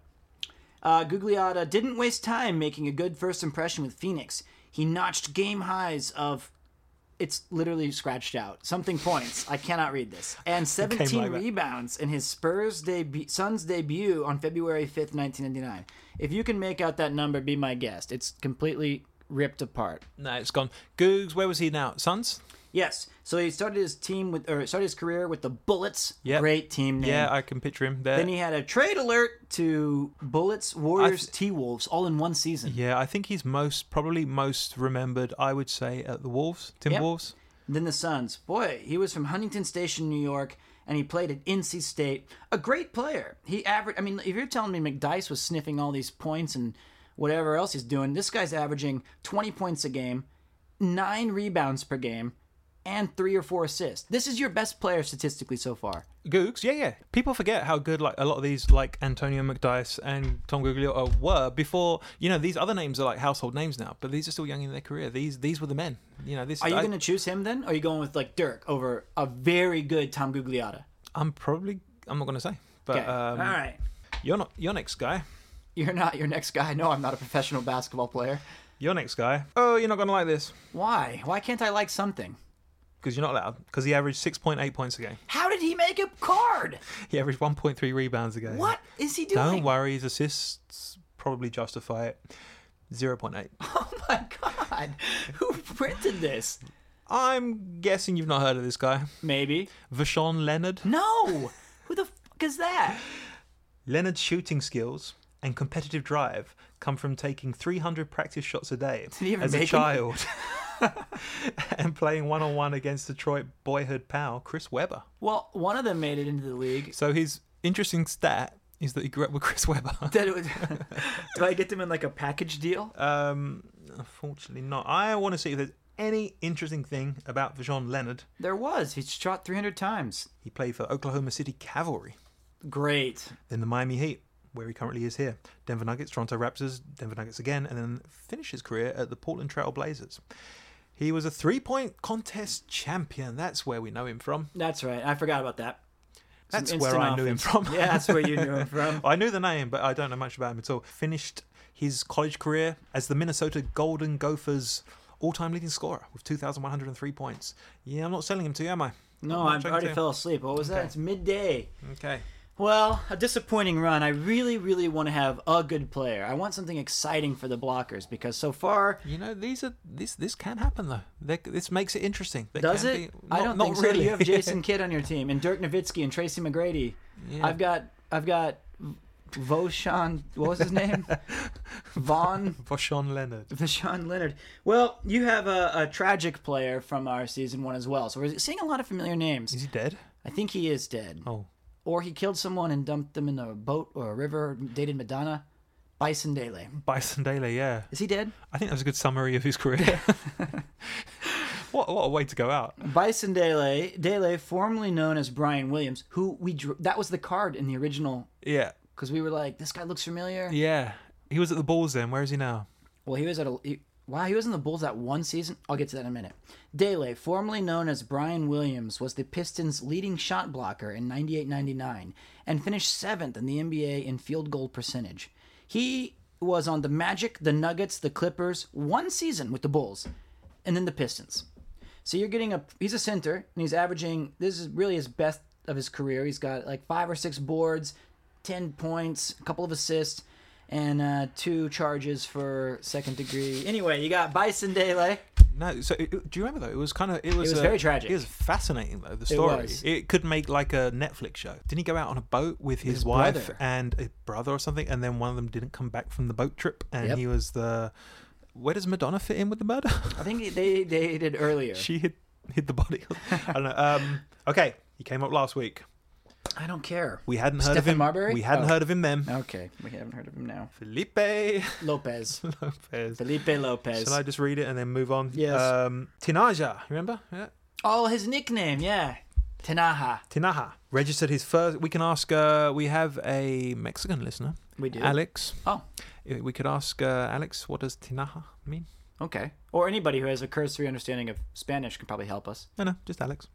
Uh, Gugliotta didn't waste time making a good first impression with Phoenix. He notched game highs of it's literally scratched out. Something points. I cannot read this. And 17
like that.
rebounds in his Spurs debut, Suns debut on February 5th, 1999. If you can make out that number, be my guest. It's completely ripped apart.
No, it's gone. Googs, where was he now? Suns?
Yes. So he started his team with, or started his career with the Bullets.
Yep.
Great team name.
Yeah, I can picture him there.
Then he had a trade alert to Bullets, Warriors, T Wolves, all in one season.
yeah, I think he's most probably most remembered. I would say at the Wolves, Tim
Yep.
Wolves.
Then the Suns. Boy, he was from Huntington Station, New York, and he played at NC State. A great player. He averaged. I mean, if you're telling me McDice was sniffing all these points and whatever else he's doing, this guy's averaging 20 points a game, nine rebounds per game, and three or four assists. This is your best player statistically so far.
Googs, yeah, yeah. People forget how good like a lot of these like Antonio McDice and Tom Gugliotta were before. You know, these other names are like household names now, but these are still young in their career. These these were the men. You know, this.
Are you
I,
going to choose him then? Or are you going with like Dirk over a very good Tom Gugliotta?
I'm probably. I'm not going to say. But
Okay.
um,
All right.
you're not. Your next guy.
You're not your next guy. No, I'm not a professional basketball player.
Your next guy. Oh, you're not going to like this
Why? Why can't I like something?
because you're not allowed. Because he averaged 6.8 points a game.
How did he make a card?
He averaged 1.3 rebounds a game.
What is he doing?
Don't worry, his assists probably justify it. 0.8.
Oh my god. Who printed this?
I'm guessing you've not heard of this guy.
Maybe.
Vashon Leonard.
No. Who the fuck is that?
Leonard's shooting skills and competitive drive come from taking 300 practice shots a day
he ever
as a
make 'em?
child and playing one on one against Detroit boyhood pal Chris Webber.
Well, one of them made it into the league.
So his interesting stat is that he grew up with Chris Webber.
That it was, do I get them in like a package deal?
Um, unfortunately, not. I want to see if there's any interesting thing about Vajon Leonard.
There was. He shot 300 times.
He played for Oklahoma City Cavalry,
Great.
then the Miami Heat, where he currently is here, Denver Nuggets, Toronto Raptors, Denver Nuggets again, and then finished his career at the Portland Trail Blazers. He was a three point contest champion. That's where we know him from.
That's right. I forgot about that. Some
That's where
instant
I knew him
offense.
from.
yeah, that's where you knew him from.
I knew the name, but I don't know much about him at all. Finished his college career as the Minnesota Golden Gophers all-time leading scorer with 2,103 points. Yeah, I'm not selling him to you, am I?
No,
Not
I
much can
already
do.
fell asleep. What was that? It's midday.
Okay.
Well, a disappointing run. I really, really want to have a good player. I want something exciting for the blockers because so far,
You know, these are this this can happen though. They, this makes it interesting. They
does
can
it?
be-
I
not-
don't
not
think so.
really.
You have Jason Kidd on your team and Dirk Nowitzki and Tracy McGrady.
Yeah.
I've got, I've got Voshan. What was his name? Vaughn.
Vashon Leonard.
Vashon Leonard. Well, you have a, a tragic player from our season one as well. So we're seeing a lot of familiar names.
Is he dead?
I think he is dead.
Oh,
Or he killed someone and dumped them in a boat or a river, dated Madonna. Bison Dele.
Bison Daly. Yeah,
Is he dead?
I think that was a good summary of his career. what what a way to go out.
Bison Dele, Dele, formerly known as Brian Williams, who we drew, that was the card in the original
Yeah,
because we were like, this guy looks familiar.
yeah. He was at the Bulls then. Where is he now?
Well, he was at a he, wow, he was in the Bulls that one season. I'll get to that in a minute. Dele, formerly known as Brian Williams, was the Pistons' leading shot blocker in 98-99 and finished seventh in the NBA in field goal percentage. He was on the Magic, the Nuggets, the Clippers, one season with the Bulls, and then the Pistons. So you're getting a he's a center and he's averaging this is really his best of his career. He's got like five or six boards, ten points, a couple of assists, and uh, two charges for second degree. Anyway, you got Bison Dele.
No, so it, it- do you remember though? It was kind of it was,
was
uh,
very tragic.
It was fascinating though. The story
was.
could make like a Netflix show. Didn't he go out on a boat with his, wife
brother.
and a brother or something, and then one of them didn't come back from the boat trip, and
Yep.
he was the. Where does Madonna fit in with the murder?
I think they dated earlier.
she hid hid the body. I don't know. Um, okay, he came up last week.
I don't care.
We hadn't heard of
Stephen
him.
Marbury?
We hadn't
Oh.
heard of him then.
Okay, we haven't heard of him now.
Felipe
Lopez,
Lopez.
Felipe Lopez.
Shall I just read it and then move on?
Yes.
Um, Tinaja, remember? Yeah.
Oh, his nickname, yeah, Tanaha.
Tinaja registered his first. We can ask. Uh, we have a Mexican listener.
We do.
Alex.
Oh,
Uh, We could ask uh, Alex, what does Tinaja mean?
okay. Or anybody who has a cursory understanding of Spanish can probably help us.
No, no, just Alex.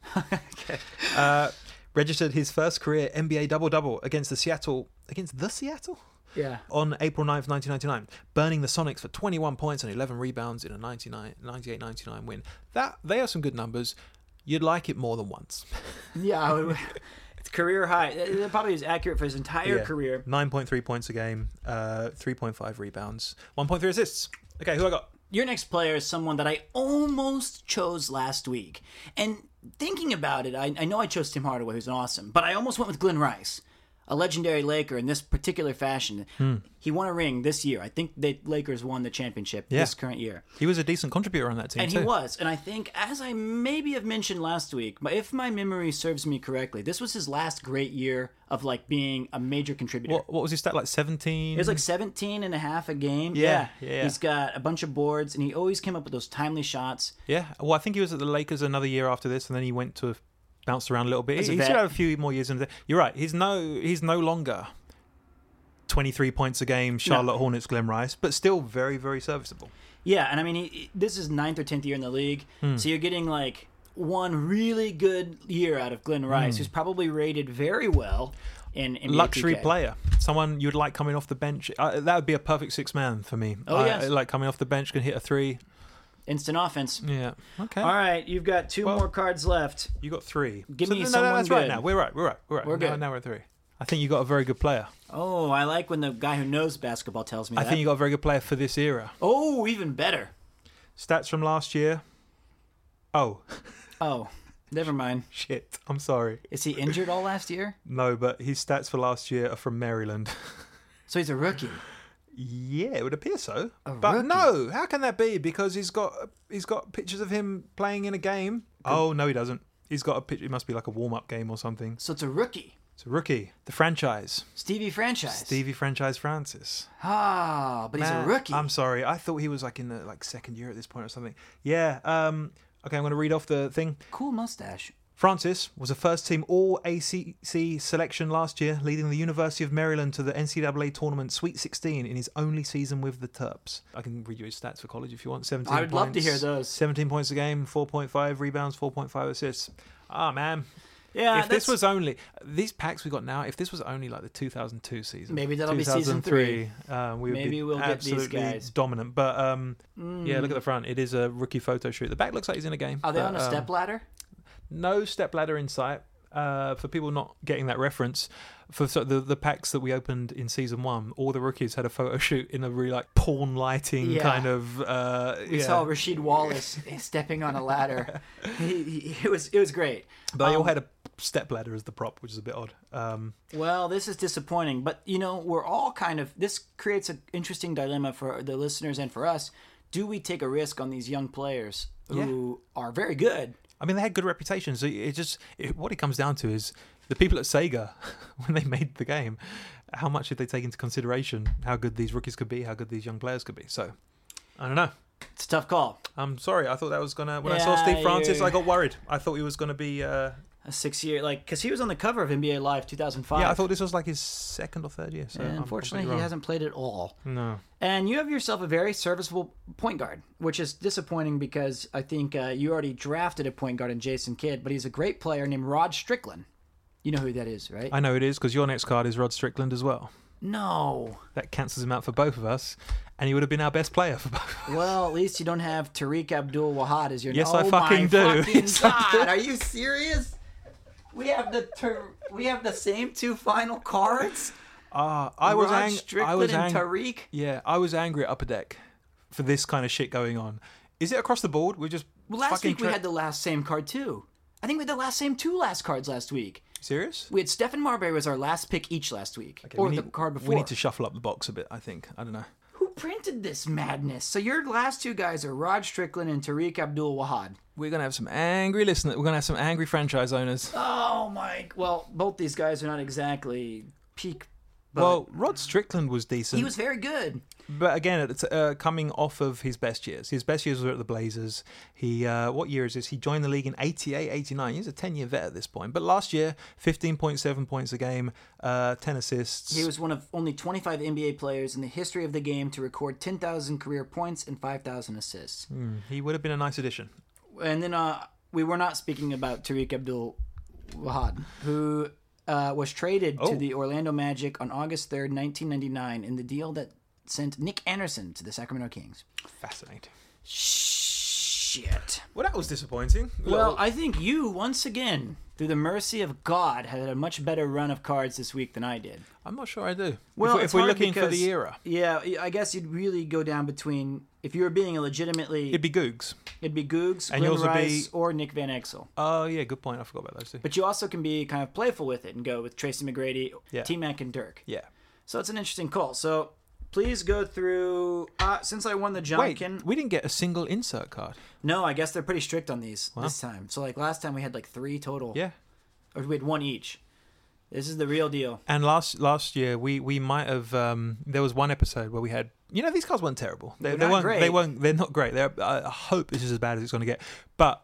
Uh, registered his first career NBA double double against the Seattle against the Seattle
Yeah.
On April 9th, 1999, burning the Sonics for 21 points and 11 rebounds in a 99 98-99 win. That They are some good numbers. You'd like it more than once.
Yeah, I would- it's career high. It it probably is accurate for his entire career.
9.3 points a game, uh, 3.5 rebounds, 1.3 assists. Okay, who I got?
Your next player is someone that I almost chose last week. And thinking about it, I, I know I chose Tim Hardaway, who's awesome, but I almost went with Glenn Rice, a legendary Laker in this particular fashion. He won a ring this year. I think the Lakers won the championship this current year.
He was a decent contributor on that team,
And
too.
he was. And I think, as I maybe have mentioned last week, but if my memory serves me correctly, this was his last great year of like being a major contributor.
What, what was his stat, like 17?
It was like 17 and a half a game.
Mm-hmm. Yeah, yeah.
He's got a bunch of boards, and he always came up with those timely shots.
Yeah. Well, I think he was at the Lakers another year after this, and then he went to bounce around a little bit.
As a
He
vet.
should have a few more years in there. You're right. He's no. He's no longer. 23 points a game, Charlotte Hornets, Glenn Rice, but still very, very serviceable.
Yeah, and I mean, he, he- this is ninth or 10th year in the league,
Hmm.
so you're getting like one really good year out of Glenn Rice, who's probably rated very well in E NBA
Hmm. Luxury
2K.
player, someone you'd like coming off the bench. Uh, that would be a perfect six man for me.
Oh,
I-
yes.
like coming off the bench, can hit a three.
Instant offense.
Yeah. Okay.
All right, you've got two
Well-
more cards left.
You got three.
Give me
no, no,
someone
that's
good.
right now. We're right. We're right. We're right.
We're
now,
good.
now we're at three. I think you got a very good player.
Oh, I like when the guy who knows basketball tells me
I
that.
think you got a very good player for this era.
oh, even better.
Stats from last year. Oh,
Oh, never mind.
shit. I'm sorry.
Is he injured all last year?
No, but his stats for last year are from Maryland.
So he's a rookie.
yeah, it would appear so. but
rookie.
no, how can that be? Because he's got he's got pictures of him playing in a game. Oh no, he doesn't. He's got a picture. It must be like a warm up game or something.
So it's a rookie.
It's a rookie. The franchise.
Stevie franchise.
Stevie Franchise Francis.
Ah, but he's a
Man,
rookie.
I'm sorry. I thought he was like in the like second year at this point or something. Yeah. Um. Okay, I'm going to read off the thing.
cool mustache.
Francis was a first team All ACC selection last year, leading the University of Maryland to the NCAA tournament Sweet 16 in his only season with the Terps. I can read you his stats for college if you want. 17
I would love to
points,
hear those.
17 points a game, 4.5 rebounds, 4.5 assists. Ah, man.
Yeah,
if this
that's-
was only these packs we got now, if this was only like the 2002 season,
Maybe that'll be season
2003, um, we would
Maybe
be
we'll get these
absolutely
guys. Hmm.
dominant. But um, yeah, look at the front. It is a rookie photo shoot. The back looks like he's in a game.
Are they
but,
on a
um,
step ladder?
no stepladder in sight. Uh, for people not getting that reference, for so the the packs that we opened in season one, all the rookies had a photo shoot in a really like porn lighting
Yeah.
kind of. Uh,
We
yeah.
saw Rasheed Wallace stepping on a ladder. He- he- it was it was great.
But they all
Um,
had a stepladder as the prop, which is a bit odd. Um,
Well, this is disappointing, but you know we're all kind of this creates an interesting dilemma for the listeners and for us. Do we take a risk on these young players who are very good?
I mean, they had good reputations. So it just it, what it comes down to is the people at Sega when they made the game, how much did they take into consideration how good these rookies could be, how good these young players could be? So I don't know.
It's a tough call.
I'm sorry. I thought that was gonna. When I saw
Yeah,
Steve Francis,
you-
I got worried. I thought he was gonna be. Uh,
A six year like because he was on the cover of NBA Live 2005.
yeah, I thought um, this was like his second or third year. So
And
I'm
unfortunately,
completely
he
wrong.
hasn't played at all.
No.
And you have yourself a very serviceable point guard, which is disappointing because I think uh, you already drafted a point guard in Jason Kidd, but he's a great player named Rod Strickland. You know who that is, right?
I know it is because your next card is Rod Strickland as well.
no.
That cancels him out for both of us, and he would have been our best player for both. of us.
Well, at least you don't have Tariq Abdul Wahad as your.
Yes,
oh
I fucking
my
do.
fucking
Yes, I
God, are you serious? We have the ter- we have the same two final cards.
Ah, I was
Rod
angry.
Strickland
I was
and
angry.
Tariq.
Yeah, I was angry at Upper Deck for this kind of shit going on. Is it across the board? We're just
Well, last
fucking
week we
tra-
had the last same card too. I think we had the last same two last cards last week.
serious.
We had Stefan Marbury was our last pick each last week,
Okay,
or
we
the
need-
card before.
We need to shuffle up the box a bit. I think. I don't know.
Who printed this madness? So your last two guys are Rod Strickland and Tariq Abdul Wahad.
We're gonna have some angry listeners. We're gonna have some angry franchise owners.
Oh my! Well, both these guys are not exactly peak. But
Well, Rod Strickland was decent,
he was very good.
but again, it's uh, coming off of his best years. His best years were at the Blazers. He, uh, what year is this? He joined the league in 88, 89. He's a 10 year vet at this point. But last year, 15.7 points a game, uh, 10 assists.
He was one of only 25 NBA players in the history of the game to record 10,000 career points and 5,000 assists.
He would have been a nice addition.
and then uh, we were not speaking about Tariq Abdul Wahad, who uh, was traded
Oh.
to the Orlando Magic on August 3rd, 1999, in the deal that sent Nick Anderson to the Sacramento Kings.
Fascinating.
Shit.
Well, that was disappointing.
Well, I think you, once again, through the mercy of God, had a much better run of cards this week than I did.
I'm not sure I do.
Well,
if,
it's
we're
hard
looking for
because-
the era,
Yeah, I guess you'd really go down between if you were being a legitimately
it'd be Googs.
it'd be Googs,
And
Glenn
yours would
Rice,
be-
or Nick Van Exel.
Oh yeah, good point. I forgot about those two.
But you also can be kind of playful with it and go with Tracy McGrady,
Yeah.
T Mac, and Dirk.
yeah.
So it's an interesting call. So please go through. Uh, since I won the
Wait,
Johnkin,
we didn't get a single insert card.
no, I guess they're pretty strict on these this time. So like last time we had like three total,
Yeah.
or we had one each. This is the real deal.
And last last year we we might have um, there was one episode where we had you know these cards weren't terrible. They,
They're
they
not
weren't they
great.
weren't they're not great. They're, I I hope this is as bad as it's going to get. But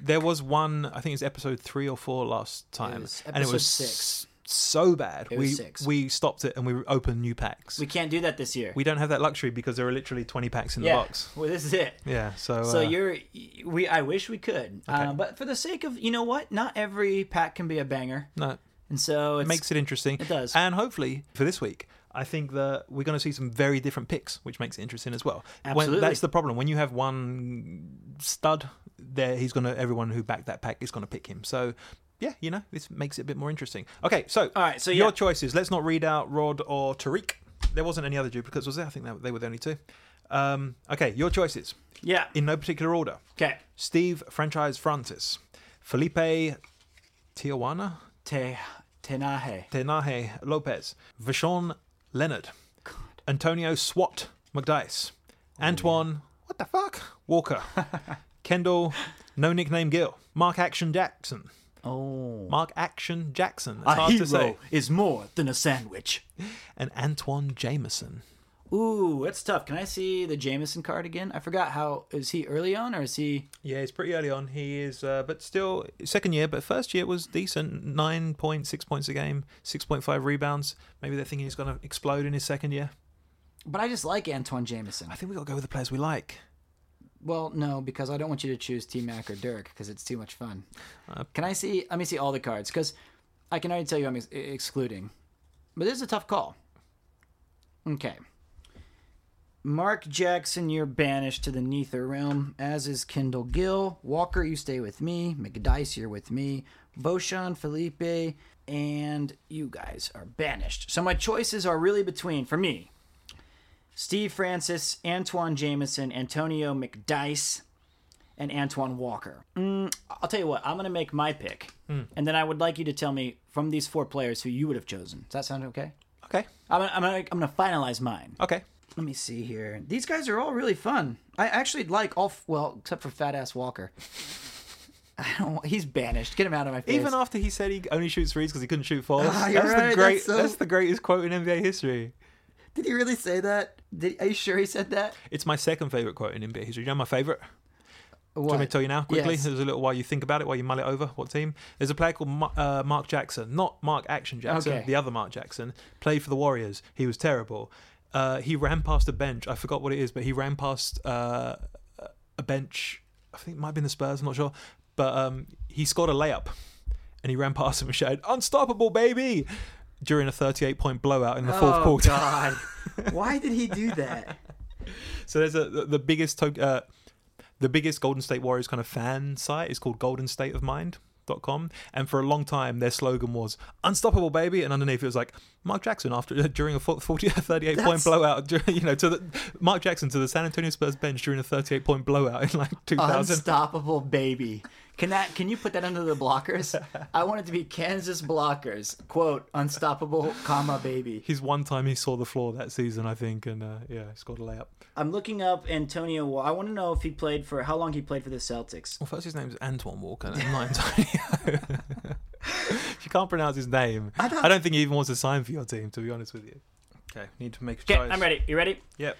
there was one I think it's episode 3 or 4 last time
was
and it
episode
was
six.
so bad.
It
we
was six.
we stopped it and we opened new packs.
We
We,
can't do that this year.
don't have that luxury because there are literally 20 packs in
yeah.
the box.
Well, this is it.
Yeah, so
So
uh,
you're we. I wish we could, uh, but for the sake of you know what, not every pack can be a banger,
no
and so it's,
makes it interesting. It
does.
And hopefully for this week, I think that we're going to see some very different picks, which makes it interesting as well. When-
Absolutely.
that's the problem. When you have one stud there, he's going to everyone who backed that pack is going to pick him. So. Yeah, you know, this makes it a bit more interesting. Okay, so
All right, so
your
yeah.
choices. Let's not read out Rod or Tariq. There wasn't any other duplicates, was there? I think that they were the only two. Um, okay, your choices
yeah.
in no particular order.
Okay.
Steve Franchise Francis, Felipe Tijuana,
Te Tenahe.
Tenahe Lopez, Vashon Leonard, Antonio Swat McDice, Antoine, Oh, what the fuck? Walker, Kendall, no nickname Gill, Mark Action Jackson.
Oh.
Mark Action Jackson. It's
A
hard to say.
hero is more than a sandwich.
And Antoine Jameson.
Ooh, that's tough. Can I see the Jameson card again? I forgot how is he early on or is he
Yeah, it's pretty early on. He is, uh, but still, second year, but first year was decent. Nine points, six points a game, 6.5 rebounds. Maybe they're thinking he's going to explode in his second year.
but I just like Antoine Jameson.
I think we got to go with the players we like.
Well, no, because I don't want you to choose T Mac or Dirk because it's too much fun. Can I see? Let me see all the cards because I can already tell you I'm ex- e, excluding. But this is a tough call. Okay. Mark Jackson, you're banished to the Nether Realm, as is Kendall Gill. Walker, you stay with me. McDice, you're with me. Beauchamp, Felipe, and you guys are banished. So my choices are really between, for me, Steve Francis, Antoine Jameson, Antonio McDice, and Antoine Walker. Mm, I'll tell you what, I'm going to make my pick.
Hmm.
And then I would like you to tell me from these four players who you would have chosen. Does that sound okay?
Okay.
I'm, I'm, gonna- I'm going to finalize mine.
Okay.
Let me see here. These guys are all really fun. I actually like all, f- well, except for Fat Ass Walker. I don't, want- he's banished. Get him out of my face.
Even after he said he only shoots threes because he couldn't shoot fours.
Ah, you're
that's
right,
the
that's
great. That's,
so-
the greatest quote in NBA history.
Did he really say that? Did, are you sure he said that?
It's my second favorite quote in NBA history. You know my favorite.
What?
Let me to tell you now quickly.
Yes.
There's a little while you think about it, while you mull it over. What team? There's a player called Ma- uh, Mark Jackson, not Mark Action Jackson,
Okay.
the other Mark Jackson. Played for the Warriors. He was terrible. Uh, he ran past a bench. I forgot what it is, but he ran past uh, a bench. I think it might have been the Spurs. I'm not sure, but um, he scored a layup, and he ran past him and shouted, "Unstoppable, baby!" during a 38 point blowout in the fourth
Oh,
quarter.
God. Why did he do that?
So there's a the, the biggest to- uh, the biggest Golden State Warriors kind of fan site is called goldenstateofmind.com and for a long time their slogan was unstoppable baby and underneath it was like Mark Jackson after during a 40 38 point
That's-
blowout during, you know to the Mark Jackson to the San Antonio Spurs bench during a 38 point blowout in like 2000
Unstoppable baby. Can that? Can you put that under the blockers? I want it to be Kansas blockers. Quote unstoppable, comma baby.
His one time he saw the floor that season, I think, and uh, yeah, scored a layup.
I'm looking up Antonio. Wa- I want to know if he played for how long he played for the Celtics.
Well, first his name's Antoine Walker, and not Antonio. if you can't pronounce his name, I don't, think he even wants to sign for your team. To be honest with you. Okay, need to make a
Okay, I'm ready. You ready?
Yep.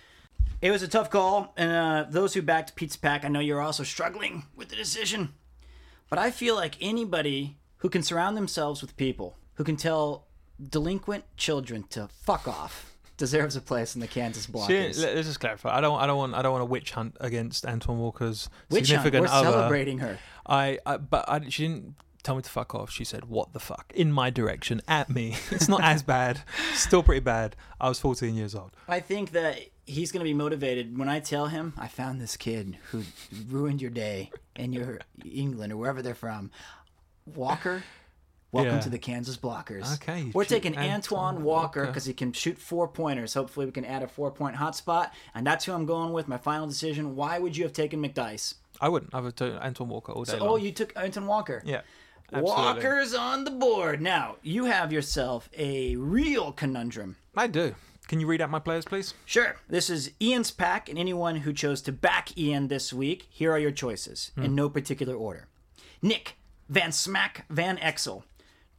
It was a tough call, and uh, those who backed Pete's Pack, I know you're also struggling with the decision. But I feel like anybody who can surround themselves with people who can tell delinquent children to fuck off deserves a place in the Kansas blockers.
let's just clarify. I don't. I don't want. I don't want a witch hunt against Antoine Walker's
Witch hunt.
significant
We're
other.
celebrating her.
I, I. But I, she didn't tell me to fuck off. She said, what the fuck? In my direction, at me. It's not as bad. Still pretty bad. I was 14 years old.
I think that he's going to be motivated when I tell him I found this kid who ruined your day in your England or wherever they're from. Walker, welcome
Yeah.
to the Kansas Blockers.
Okay, you
we're
shoot
taking Antoine,
Antoine
Walker
Walker.
because he can shoot four pointers. Hopefully, we can add a four-point hotspot, and that's who I'm going with. My final decision. Why would you have taken McDice?
I wouldn't. I would do Anton Walker all day long.
Oh, you took Anton Walker.
yeah. Absolutely.
Walker's on the board. Now, you have yourself a real conundrum.
I do. Can you read out my players, please?
Sure. This is Ian's pack, and anyone who chose to back Ian this week, here are your choices
Hmm.
in no particular order Nick, Van Smack, Van Exel,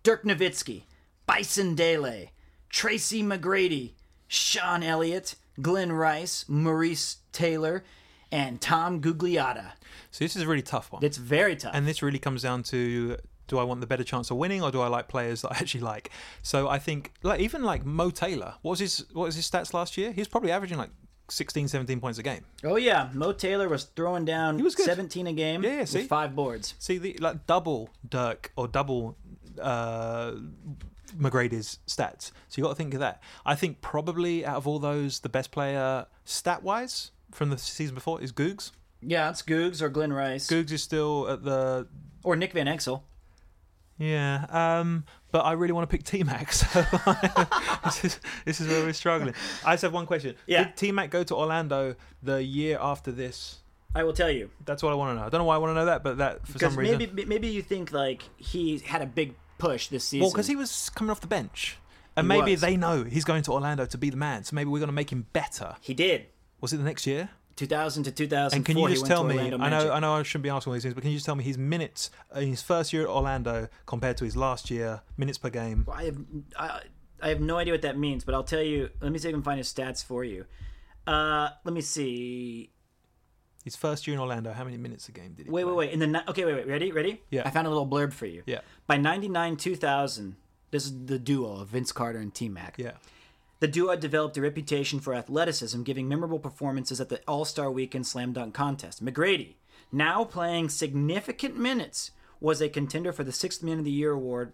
Dirk Nowitzki, Bison Dele, Tracy McGrady, Sean Elliott, Glenn Rice, Maurice Taylor, and Tom Gugliotta.
So this is a really tough one.
It's very tough.
and this really comes down to do I want the better chance of winning or do I like players that I actually like? So I think like even like Mo Taylor, what was his what was his stats last year? He was probably averaging like 16 17 points a game.
oh, yeah. Mo Taylor was throwing down
was good.
17 a game
Yeah, yeah, see?
with five boards.
See the like double Dirk or double uh McGrady's stats. So you got to think of that. I think probably out of all those the best player stat-wise from the season before is Googs.
Yeah, it's Googs or Glenn Rice
Googs is still at the
or Nick Van Exel.
Yeah, um, but I really want to pick T Mac, so this, is, this is where we're struggling. I just have one question.
Yeah.
Did T Mac go to Orlando the year after this?
I will tell you.
That's what I want to know. I don't know why I want to know that, but that for
Because
some reason.
maybe maybe you think like he had a big push this season.
well, because he was coming off the bench, and
He
maybe
was.
they know he's going to Orlando to be the man, so maybe we're going to make him better.
he did.
Was it the next year?
2000 to 2004.
And can you
he
just
went to
tell me?
Orlando
I know,
Magic.
I know, I shouldn't be asking all these things, but can you just tell me his minutes in his first year at Orlando compared to his last year minutes per game?
I have I, I have no idea what that means, but I'll tell you. Let me see if I can find his stats for you. Uh, let me see.
His first year in Orlando, how many minutes a game did he
Wait,
play?
wait, wait. In the ni- okay, wait, wait. Ready, ready.
Yeah.
I found a little blurb for you.
Yeah.
By 99 2000, this is the duo of Vince Carter and T Mac.
Yeah.
The duo developed a reputation for athleticism, giving memorable performances at the All Star Weekend Slam Dunk Contest. McGrady, now playing significant minutes, was a contender for the Sixth Man of the Year award,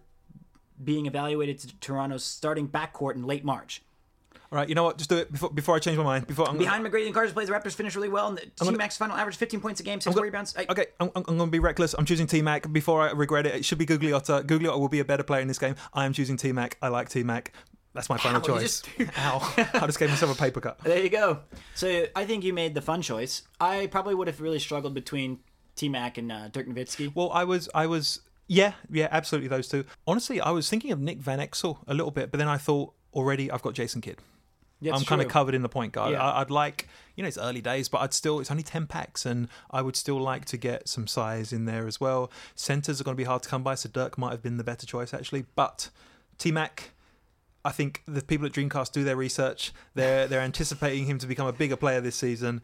being evaluated to Toronto's starting backcourt in late March.
All right, you know what? Just do it before, before I change my mind. Before I'm
Behind McGrady and Carter's plays, the Raptors finished really well, and the T Mac's final average 15 points a game, 6
gonna-
rebounds. I-
Okay, I'm, I'm going to be reckless. I'm choosing T Mac before I regret it. It should be Gugliotta. Gugliotta will be a better player in this game. I am choosing T Mac. I like T Mac. That's my final
Ow, you
choice. Ow! I just gave myself a paper cut.
There you go. So I think you made the fun choice. I probably would have really struggled between T Mac and uh, Dirk Nowitzki.
Well, I was, I was, yeah, yeah, absolutely. Those two. Honestly, I was thinking of Nick Van Exel a little bit, but then I thought already I've got Jason Kidd.
That's
I'm kind of
true.
covered in the point guard.
Yeah.
I, I'd like, you know, it's early days, but I'd still, it's only 10 packs, and I would still like to get some size in there as well. Centers are going to be hard to come by, so Dirk might have been the better choice, actually. But T Mac, I think the people at Dreamcast do their research. They're, they're anticipating him to become a bigger player this season.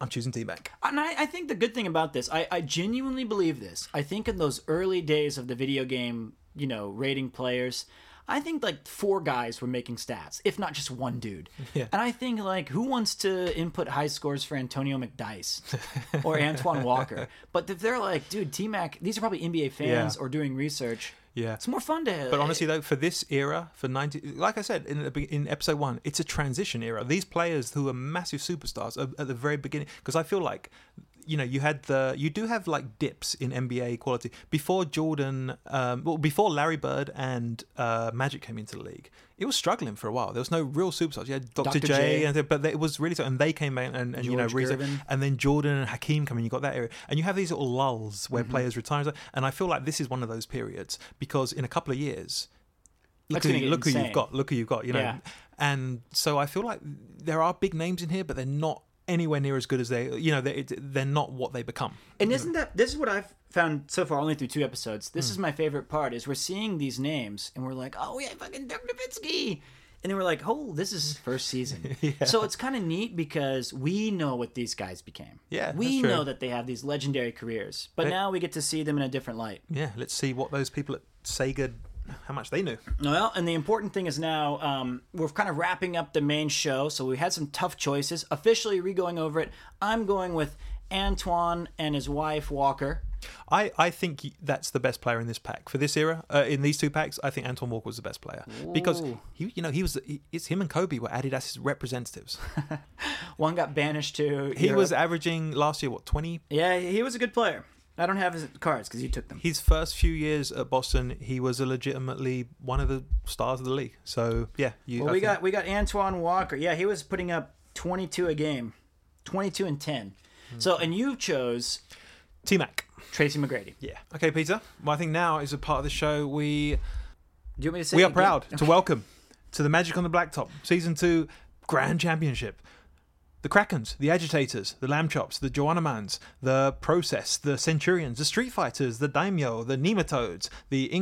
I'm choosing T Mac.
And I, I think the good thing about this, I, I genuinely believe this. I think in those early days of the video game, you know, rating players, I think like four guys were making stats, if not just one dude.
Yeah.
And I think like who wants to input high scores for Antonio McDice or Antoine Walker? But if they're like, dude, T Mac, these are probably NBA fans
Yeah.
or doing research.
Yeah.
It's more fun to.
But honestly, though, for this era, for ninety, like I said in the, be- in episode one, it's a transition era. These players who are massive superstars are, at the very beginning, because I feel like, you know, you had the, you do have like dips in NBA quality before Jordan, um, well, before Larry Bird and uh, Magic came into the league. It was struggling for a while. There was no real superstars. You had Dr.
Dr.
J,
J.
and but it was really so. And they came in and, and you know,
George
really,
Gervin.
and then Jordan and Hakeem come in. You got that area, and you have these little lulls where
Mm-hmm.
players retire. And I feel like this is one of those periods because in a couple of years, look
That's
who,
gonna get
look who you've
insane.
got, look who you've got, you know.
Yeah.
And so I feel like there are big names in here, but they're not anywhere near as good as they, you know, they're, they're not what they become.
And isn't that this is what I've found so far only through two episodes.
Hmm.
This is my favorite part is we're seeing these names and we're like, oh yeah, fucking Dirk Nowitzki. And then we're like, oh, this is his first season. So it's kind of neat because we know what these guys became.
Yeah,
we
that's true.
know that they have these legendary careers, but now we get to see them in a different light.
Yeah, let's see what those people at Sega, how much they knew.
Well, and the important thing is now um, we're kind of wrapping up the main show. So we had some tough choices. Officially re going over it. I'm going with Antoine and his wife Walker.
I, I think y- that's the best player in this pack for this era. Uh, in these two packs, I think Anton Walker was the best player because he, you know, he was. He, it's him and Kobe were Adidas' representatives.
One got banished to.
He was
Europe.
averaging last year what twenty.
Yeah, he was a good player. I don't have his cards because you took them.
His first few years at Boston, he was a legitimately one of the stars of the league. So yeah, you,
Well,
I
we
think-
got we got Antoine Walker. Yeah, he was putting up 22 a game, 22 and 10. So and you chose
T Mac.
Tracy McGrady.
Yeah. Okay, Peter. Well, I think now is a part of the show we
Do you want me to say?
we
it
are
again?
proud to welcome to the Magic on the Blacktop Season Two Grand Championship. The Krakens, the Agitators, the Lamb Chops, the Joanna Mans, the Process, the Centurions, the Street Fighters, the Daimyo, the Nematodes, the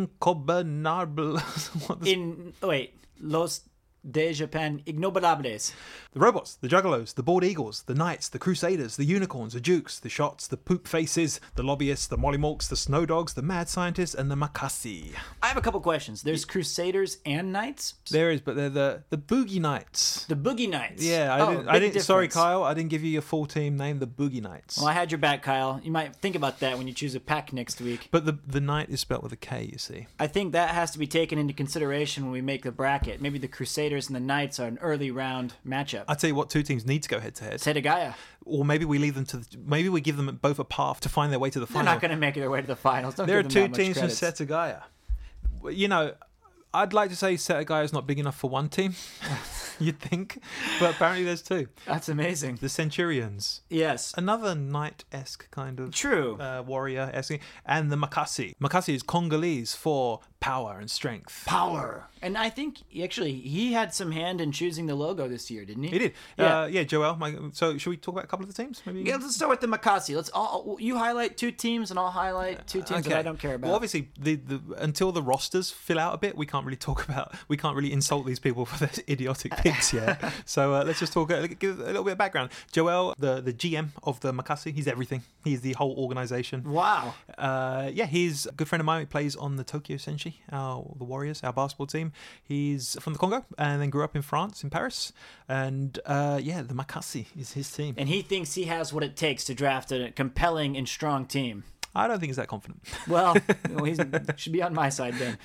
Incombinable, what the,
In oh, wait, Los de Japan Ignobilables.
the Robots, the Juggalos, the Bald Eagles, the Knights, the Crusaders, the Unicorns, the Dukes, the Shots, the Poop Faces, the Lobbyists, the Mollymawks, the Snow Dogs, the Mad Scientists, and the Makasi.
I have a couple questions. There's Crusaders and Knights.
There is, but they're the the Boogie Knights.
The Boogie Knights.
Yeah, I
Oh,
didn't. I
big
didn't sorry,
difference.
Kyle. I didn't give you your full team name, the Boogie Knights.
Well, I had your back, Kyle. You might think about that when you choose a pack next week.
but the the knight is spelled with a K. You see.
I think that has to be taken into consideration when we make the bracket. Maybe the Crusaders and the Knights are an early round matchup.
I tell you what, two teams need to go head to head,
Setagaya.
or maybe we leave them to. The, maybe we give them both a path to find their way to the
They're
final.
not going to make their way to the finals. Don't
there are
give them
two
that much
teams from
credits.
Setagaya. Well, You know, I'd like to say Setagaya is not big enough for one team. You'd think, but apparently there's two.
That's amazing.
The Centurions,
Yes.
another knight-esque kind of.
True.
Uh, warrior esque and the Makasi. Makasi is Congolese for power and strength.
Power. And I think actually he had some hand in choosing the logo this year, didn't he?
He did.
Yeah.
Yeah, uh, yeah Joel. My, so should we talk about a couple of the teams? Maybe.
yeah, let's start with the Makasi. Let's all you highlight two teams and I'll highlight two teams that I don't care about.
Well, obviously, the, the until the rosters fill out a bit, we can't really talk about, we can't really insult these people for their idiotic picks yet. so uh, let's just talk, uh, give a little bit of background. Joel, the, the GM of the Makasi, he's everything. He's the whole organization.
wow.
Uh, yeah, he's a good friend of mine. He plays on the Tokyo Senshi, our, the Warriors, our basketball team. He's from the Congo and then grew up in France, in Paris. And uh, yeah, the Makasi is his team.
And he thinks he has what it takes to draft a compelling and strong team.
I don't think he's that confident.
Well, well, he should be on my side then.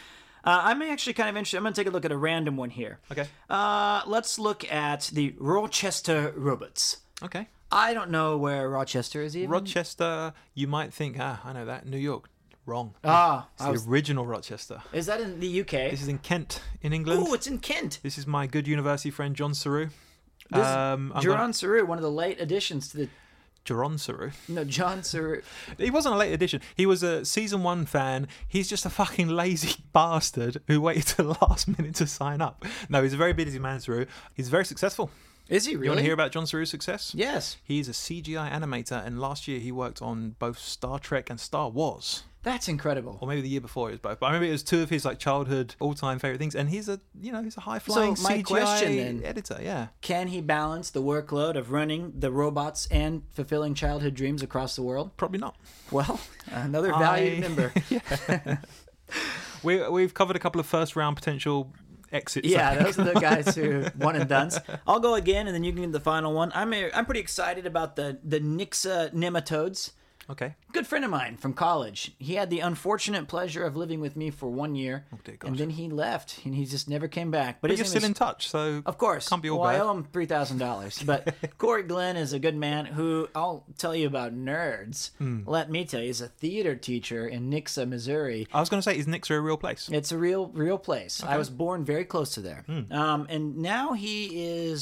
Uh, I'm actually kind of interested. I'm going to take a look at a random one here.
Okay.
Uh, let's look at the Rochester Robots.
Okay.
I don't know where Rochester is even.
Rochester, you might think, ah, I know that. New York. Wrong.
ah,
it's
I
the
was-
original Rochester.
is that in the UK?
This is in Kent, in England.
Oh, it's in Kent.
This is my good university friend, John Saru.
This
Um, I'm
John
gonna-
Saru, one of the late additions to the
Jaron Saru.
no John Saru.
He wasn't a late addition. He was a season one fan. He's just a fucking lazy bastard who waited to the last minute to sign up. No, he's a very busy man, Saru. He's very successful.
Is he
You want
really?
to hear about John Saru's success?
yes,
He's a CGI animator, and last year he worked on both Star Trek and Star Wars.
that's incredible.
or maybe the year before it was both. But I remember it was two of his like childhood all time favorite things, and he's a you know he's a high flying
my
CGI
question then-
editor. Yeah,
Can he balance the workload of running the robots and fulfilling childhood dreams across the world?
probably not.
Well, another valued
I-
member.
We we've covered a couple of first round potential exits. I
Yeah,
think.
those are the guys who one and duns. I'll go again, and then you can get the final one. I'm i I'm pretty excited about the the Nixa nematodes.
okay.
Good friend of mine from college. He had the unfortunate pleasure of living with me for one year,
Oh, dear God.
and then he left, and he just never came back. But,
But
his
you're
name
still
is-
in touch, so
Of course.
can't be all
well, I
bad.
owe him three thousand dollars. But Corey Glenn is a good man who I'll tell you about nerds.
Hmm.
Let me tell you, he's a theater teacher in Nixa, Missouri.
I was going to say, is Nixa a real place?
It's a real, real place. I was born very close to there.
Hmm.
Um, and now he is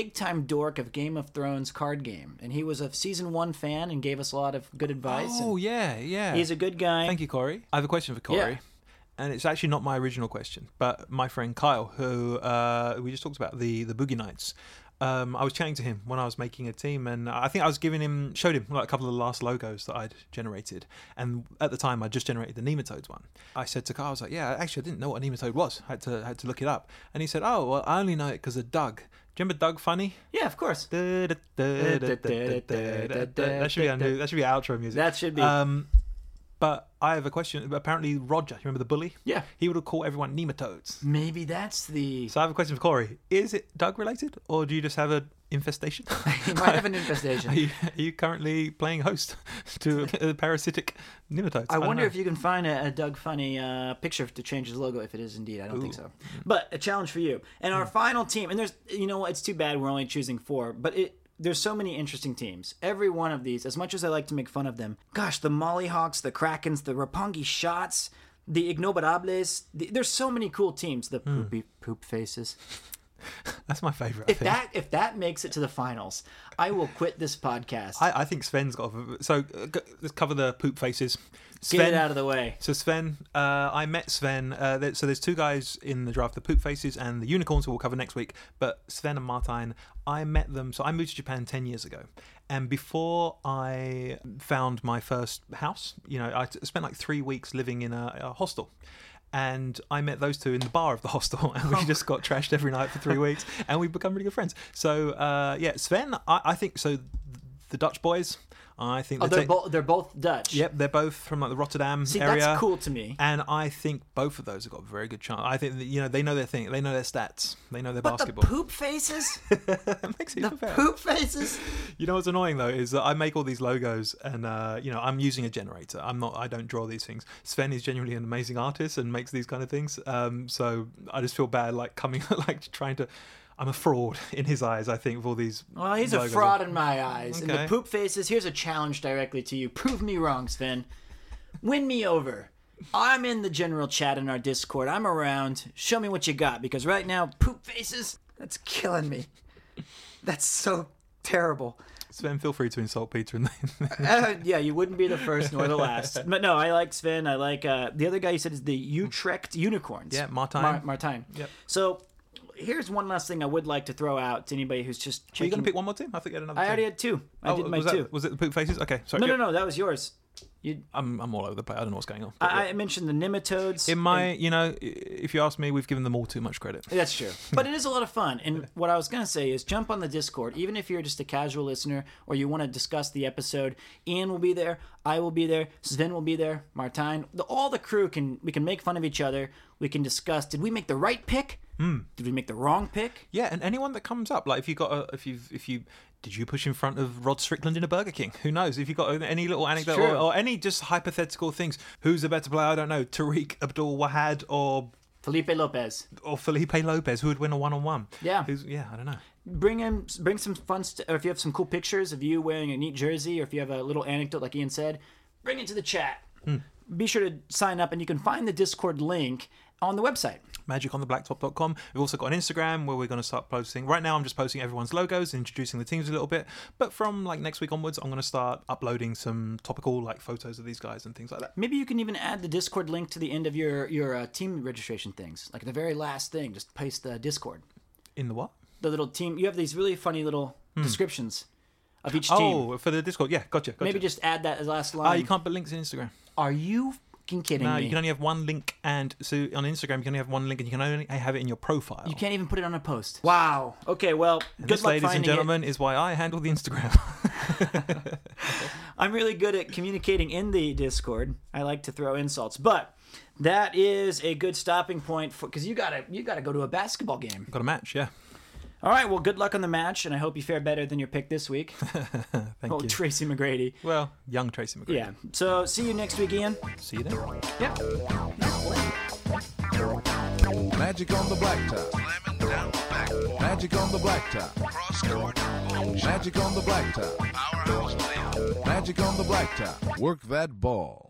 big time dork of Game of Thrones card game. And he was a season one fan and gave us a lot of good advice.
Oh
and
yeah, yeah.
He's a good guy.
Thank you, Corey. I have a question for Corey.
Yeah.
And it's actually not my original question, but my friend Kyle, who uh, we just talked about the the Boogie Nights. Um, I was chatting to him when I was making a team, and I think I was giving him showed him like a couple of the last logos that I'd generated. And at the time, I just generated the nematodes one. I said to Kyle, I was like, "Yeah, actually, I didn't know what a nematode was. I had to had to look it up." And he said, "Oh, well, I only know it because of Doug. Do you remember Doug Funny?"
Yeah, of course.
That should be our new. That should be our outro music.
That should be.
Um, But I have a question. Apparently, Roger, you remember the bully?
Yeah.
He would have called everyone nematodes.
Maybe that's the.
So I have a question for Corey. Is it Doug related, or do you just have an infestation?
He might have an infestation.
Are you, are you currently playing host to a parasitic nematodes?
I,
don't
wonder
know.
if you can find a, a Doug Funny uh, picture to change his logo. If it is indeed, I don't think so. But a challenge for you and
Hmm.
our final team. And there's, you know, what, it's too bad we're only choosing four. But it there's so many interesting teams. Every one of these, as much as I like to make fun of them, gosh, the Mollyhawks, the Krakens, the Rapongi Shots, the Ignobarables. The, there's so many cool teams. The
Hmm.
poopy poop faces.
That's my favourite. I
If
think.
that if that makes it to the finals, I will quit this podcast.
I, I think Sven's got. A, so uh, go- let's cover the poop faces. Sven,
Get it out of the way.
So Sven, uh, I met Sven. Uh, there, so there's two guys in the draft, the poop faces and the unicorns, who we'll cover next week. But Sven and Martijn, I met them. So I moved to Japan ten years ago, and before I found my first house, you know, I t- spent like three weeks living in a, a hostel. And I met those two in the bar of the hostel, and
Oh.
we just got trashed every night for three weeks, and we've become really good friends. So uh, yeah, Sven, I, I think so. The Dutch boys, I think
Oh,
they
they're,
take-
bo- they're both Dutch.
Yep, they're both from like the Rotterdam
See,
area.
that's cool to me.
And I think both of those have got a very good chance. I think that, you know they know their thing. They know their stats. They know their
But
basketball.
the poop faces.
That makes it even better.
poop faces.
You know what's annoying though is that I make all these logos and uh, you know I'm using a generator. I'm not. I don't draw these things. Sven is genuinely an amazing artist and makes these kind of things. Um, so I just feel bad like coming like trying to. I'm a fraud in his eyes. I think with all these.
Well, Oh, he's a
logos.
fraud in my eyes. And the
Okay.
poop faces, here's a challenge directly to you. Prove me wrong, Sven. Win me over. I'm in the general chat in our Discord. I'm around. Show me what you got because right now, poop faces, that's killing me. That's so terrible.
Sven, feel free to insult Peter and
Uh, yeah, you wouldn't be the first nor the last. But no, I like Sven. I like uh, the other guy you said is the Utrecht Unicorns.
Yeah, Martijn.
Mar- Martijn.
Yep.
So here's one last thing I would like to throw out to anybody who's just
Are you going
checking.
to pick one more team? I think I had another.
I
team.
already had two. I
Oh,
did my
was that-
two.
Was it the poop faces? Okay, sorry.
No, no, no, that was yours. You,
I'm, I'm all over the place. I don't know what's going on. But yeah.
I, I mentioned the nematodes.
in my, you know, i- if you ask me, we've given them all too much credit.
That's true. But it is a lot of fun. And what I was going to say is jump on the Discord. Even if you're just a casual listener or you want to discuss the episode, Ian will be there. I will be there. Sven will be there. Martijn. The, all the crew can, we can make fun of each other. We can discuss did we make the right pick? Did we make the wrong pick?
Yeah, and anyone that comes up, like if you got, a, if you, if you, did you push in front of Rod Strickland in a Burger King? Who knows? If you got any little anecdote
true.
or, or any just hypothetical things, who's a better player? I don't know. Tariq Abdul Wahad or
Felipe Lopez.
or Felipe Lopez, who would win a one on one?
Yeah.
who's, yeah, I don't know.
bring in bring some fun st- or if you have some cool pictures of you wearing a neat jersey or if you have a little anecdote like ian said bring it to the chat be sure to sign up and you can find the discord link on the website
magicontheblacktop.com. We've also got an Instagram where we're going to start posting. Right now, I'm just posting everyone's logos, introducing the teams a little bit. But from like next week onwards, I'm going to start uploading some topical like photos of these guys and things like that.
maybe you can even add the discord link to the end of your your uh, team registration things like the very last thing just paste the discord
In the what?
the little team you have these really funny little descriptions of each team
Hmm. Oh, for the Discord. Yeah, gotcha. gotcha.
maybe just add that as last
Oh,
line
you can't put links in Instagram.
are you fucking kidding
No,
me
you can only have one link, and so on Instagram you can only have one link, and you can only have it in your profile.
you can't even put it on a post wow okay well good
this,
luck
ladies and
finding it.
gentlemen, is why I handle the Instagram.
I'm really good at communicating in the Discord. I like to throw insults, but that is a good stopping point for because you gotta you gotta go to a basketball game.
got a match, yeah.
All right, well, good luck on the match, and I hope you fare better than your pick this week.
Thank
oh,
you.
Tracy McGrady.
well, young Tracy McGrady.
Yeah. So see you next week, Ian.
See you then.
Yeah.
Magic on the blacktop.
Slamming down the backboard.
Magic on the blacktop.
Cross court boom shot.
Magic on the blacktop.
Powerhouse player.
Magic on the blacktop. Work that ball.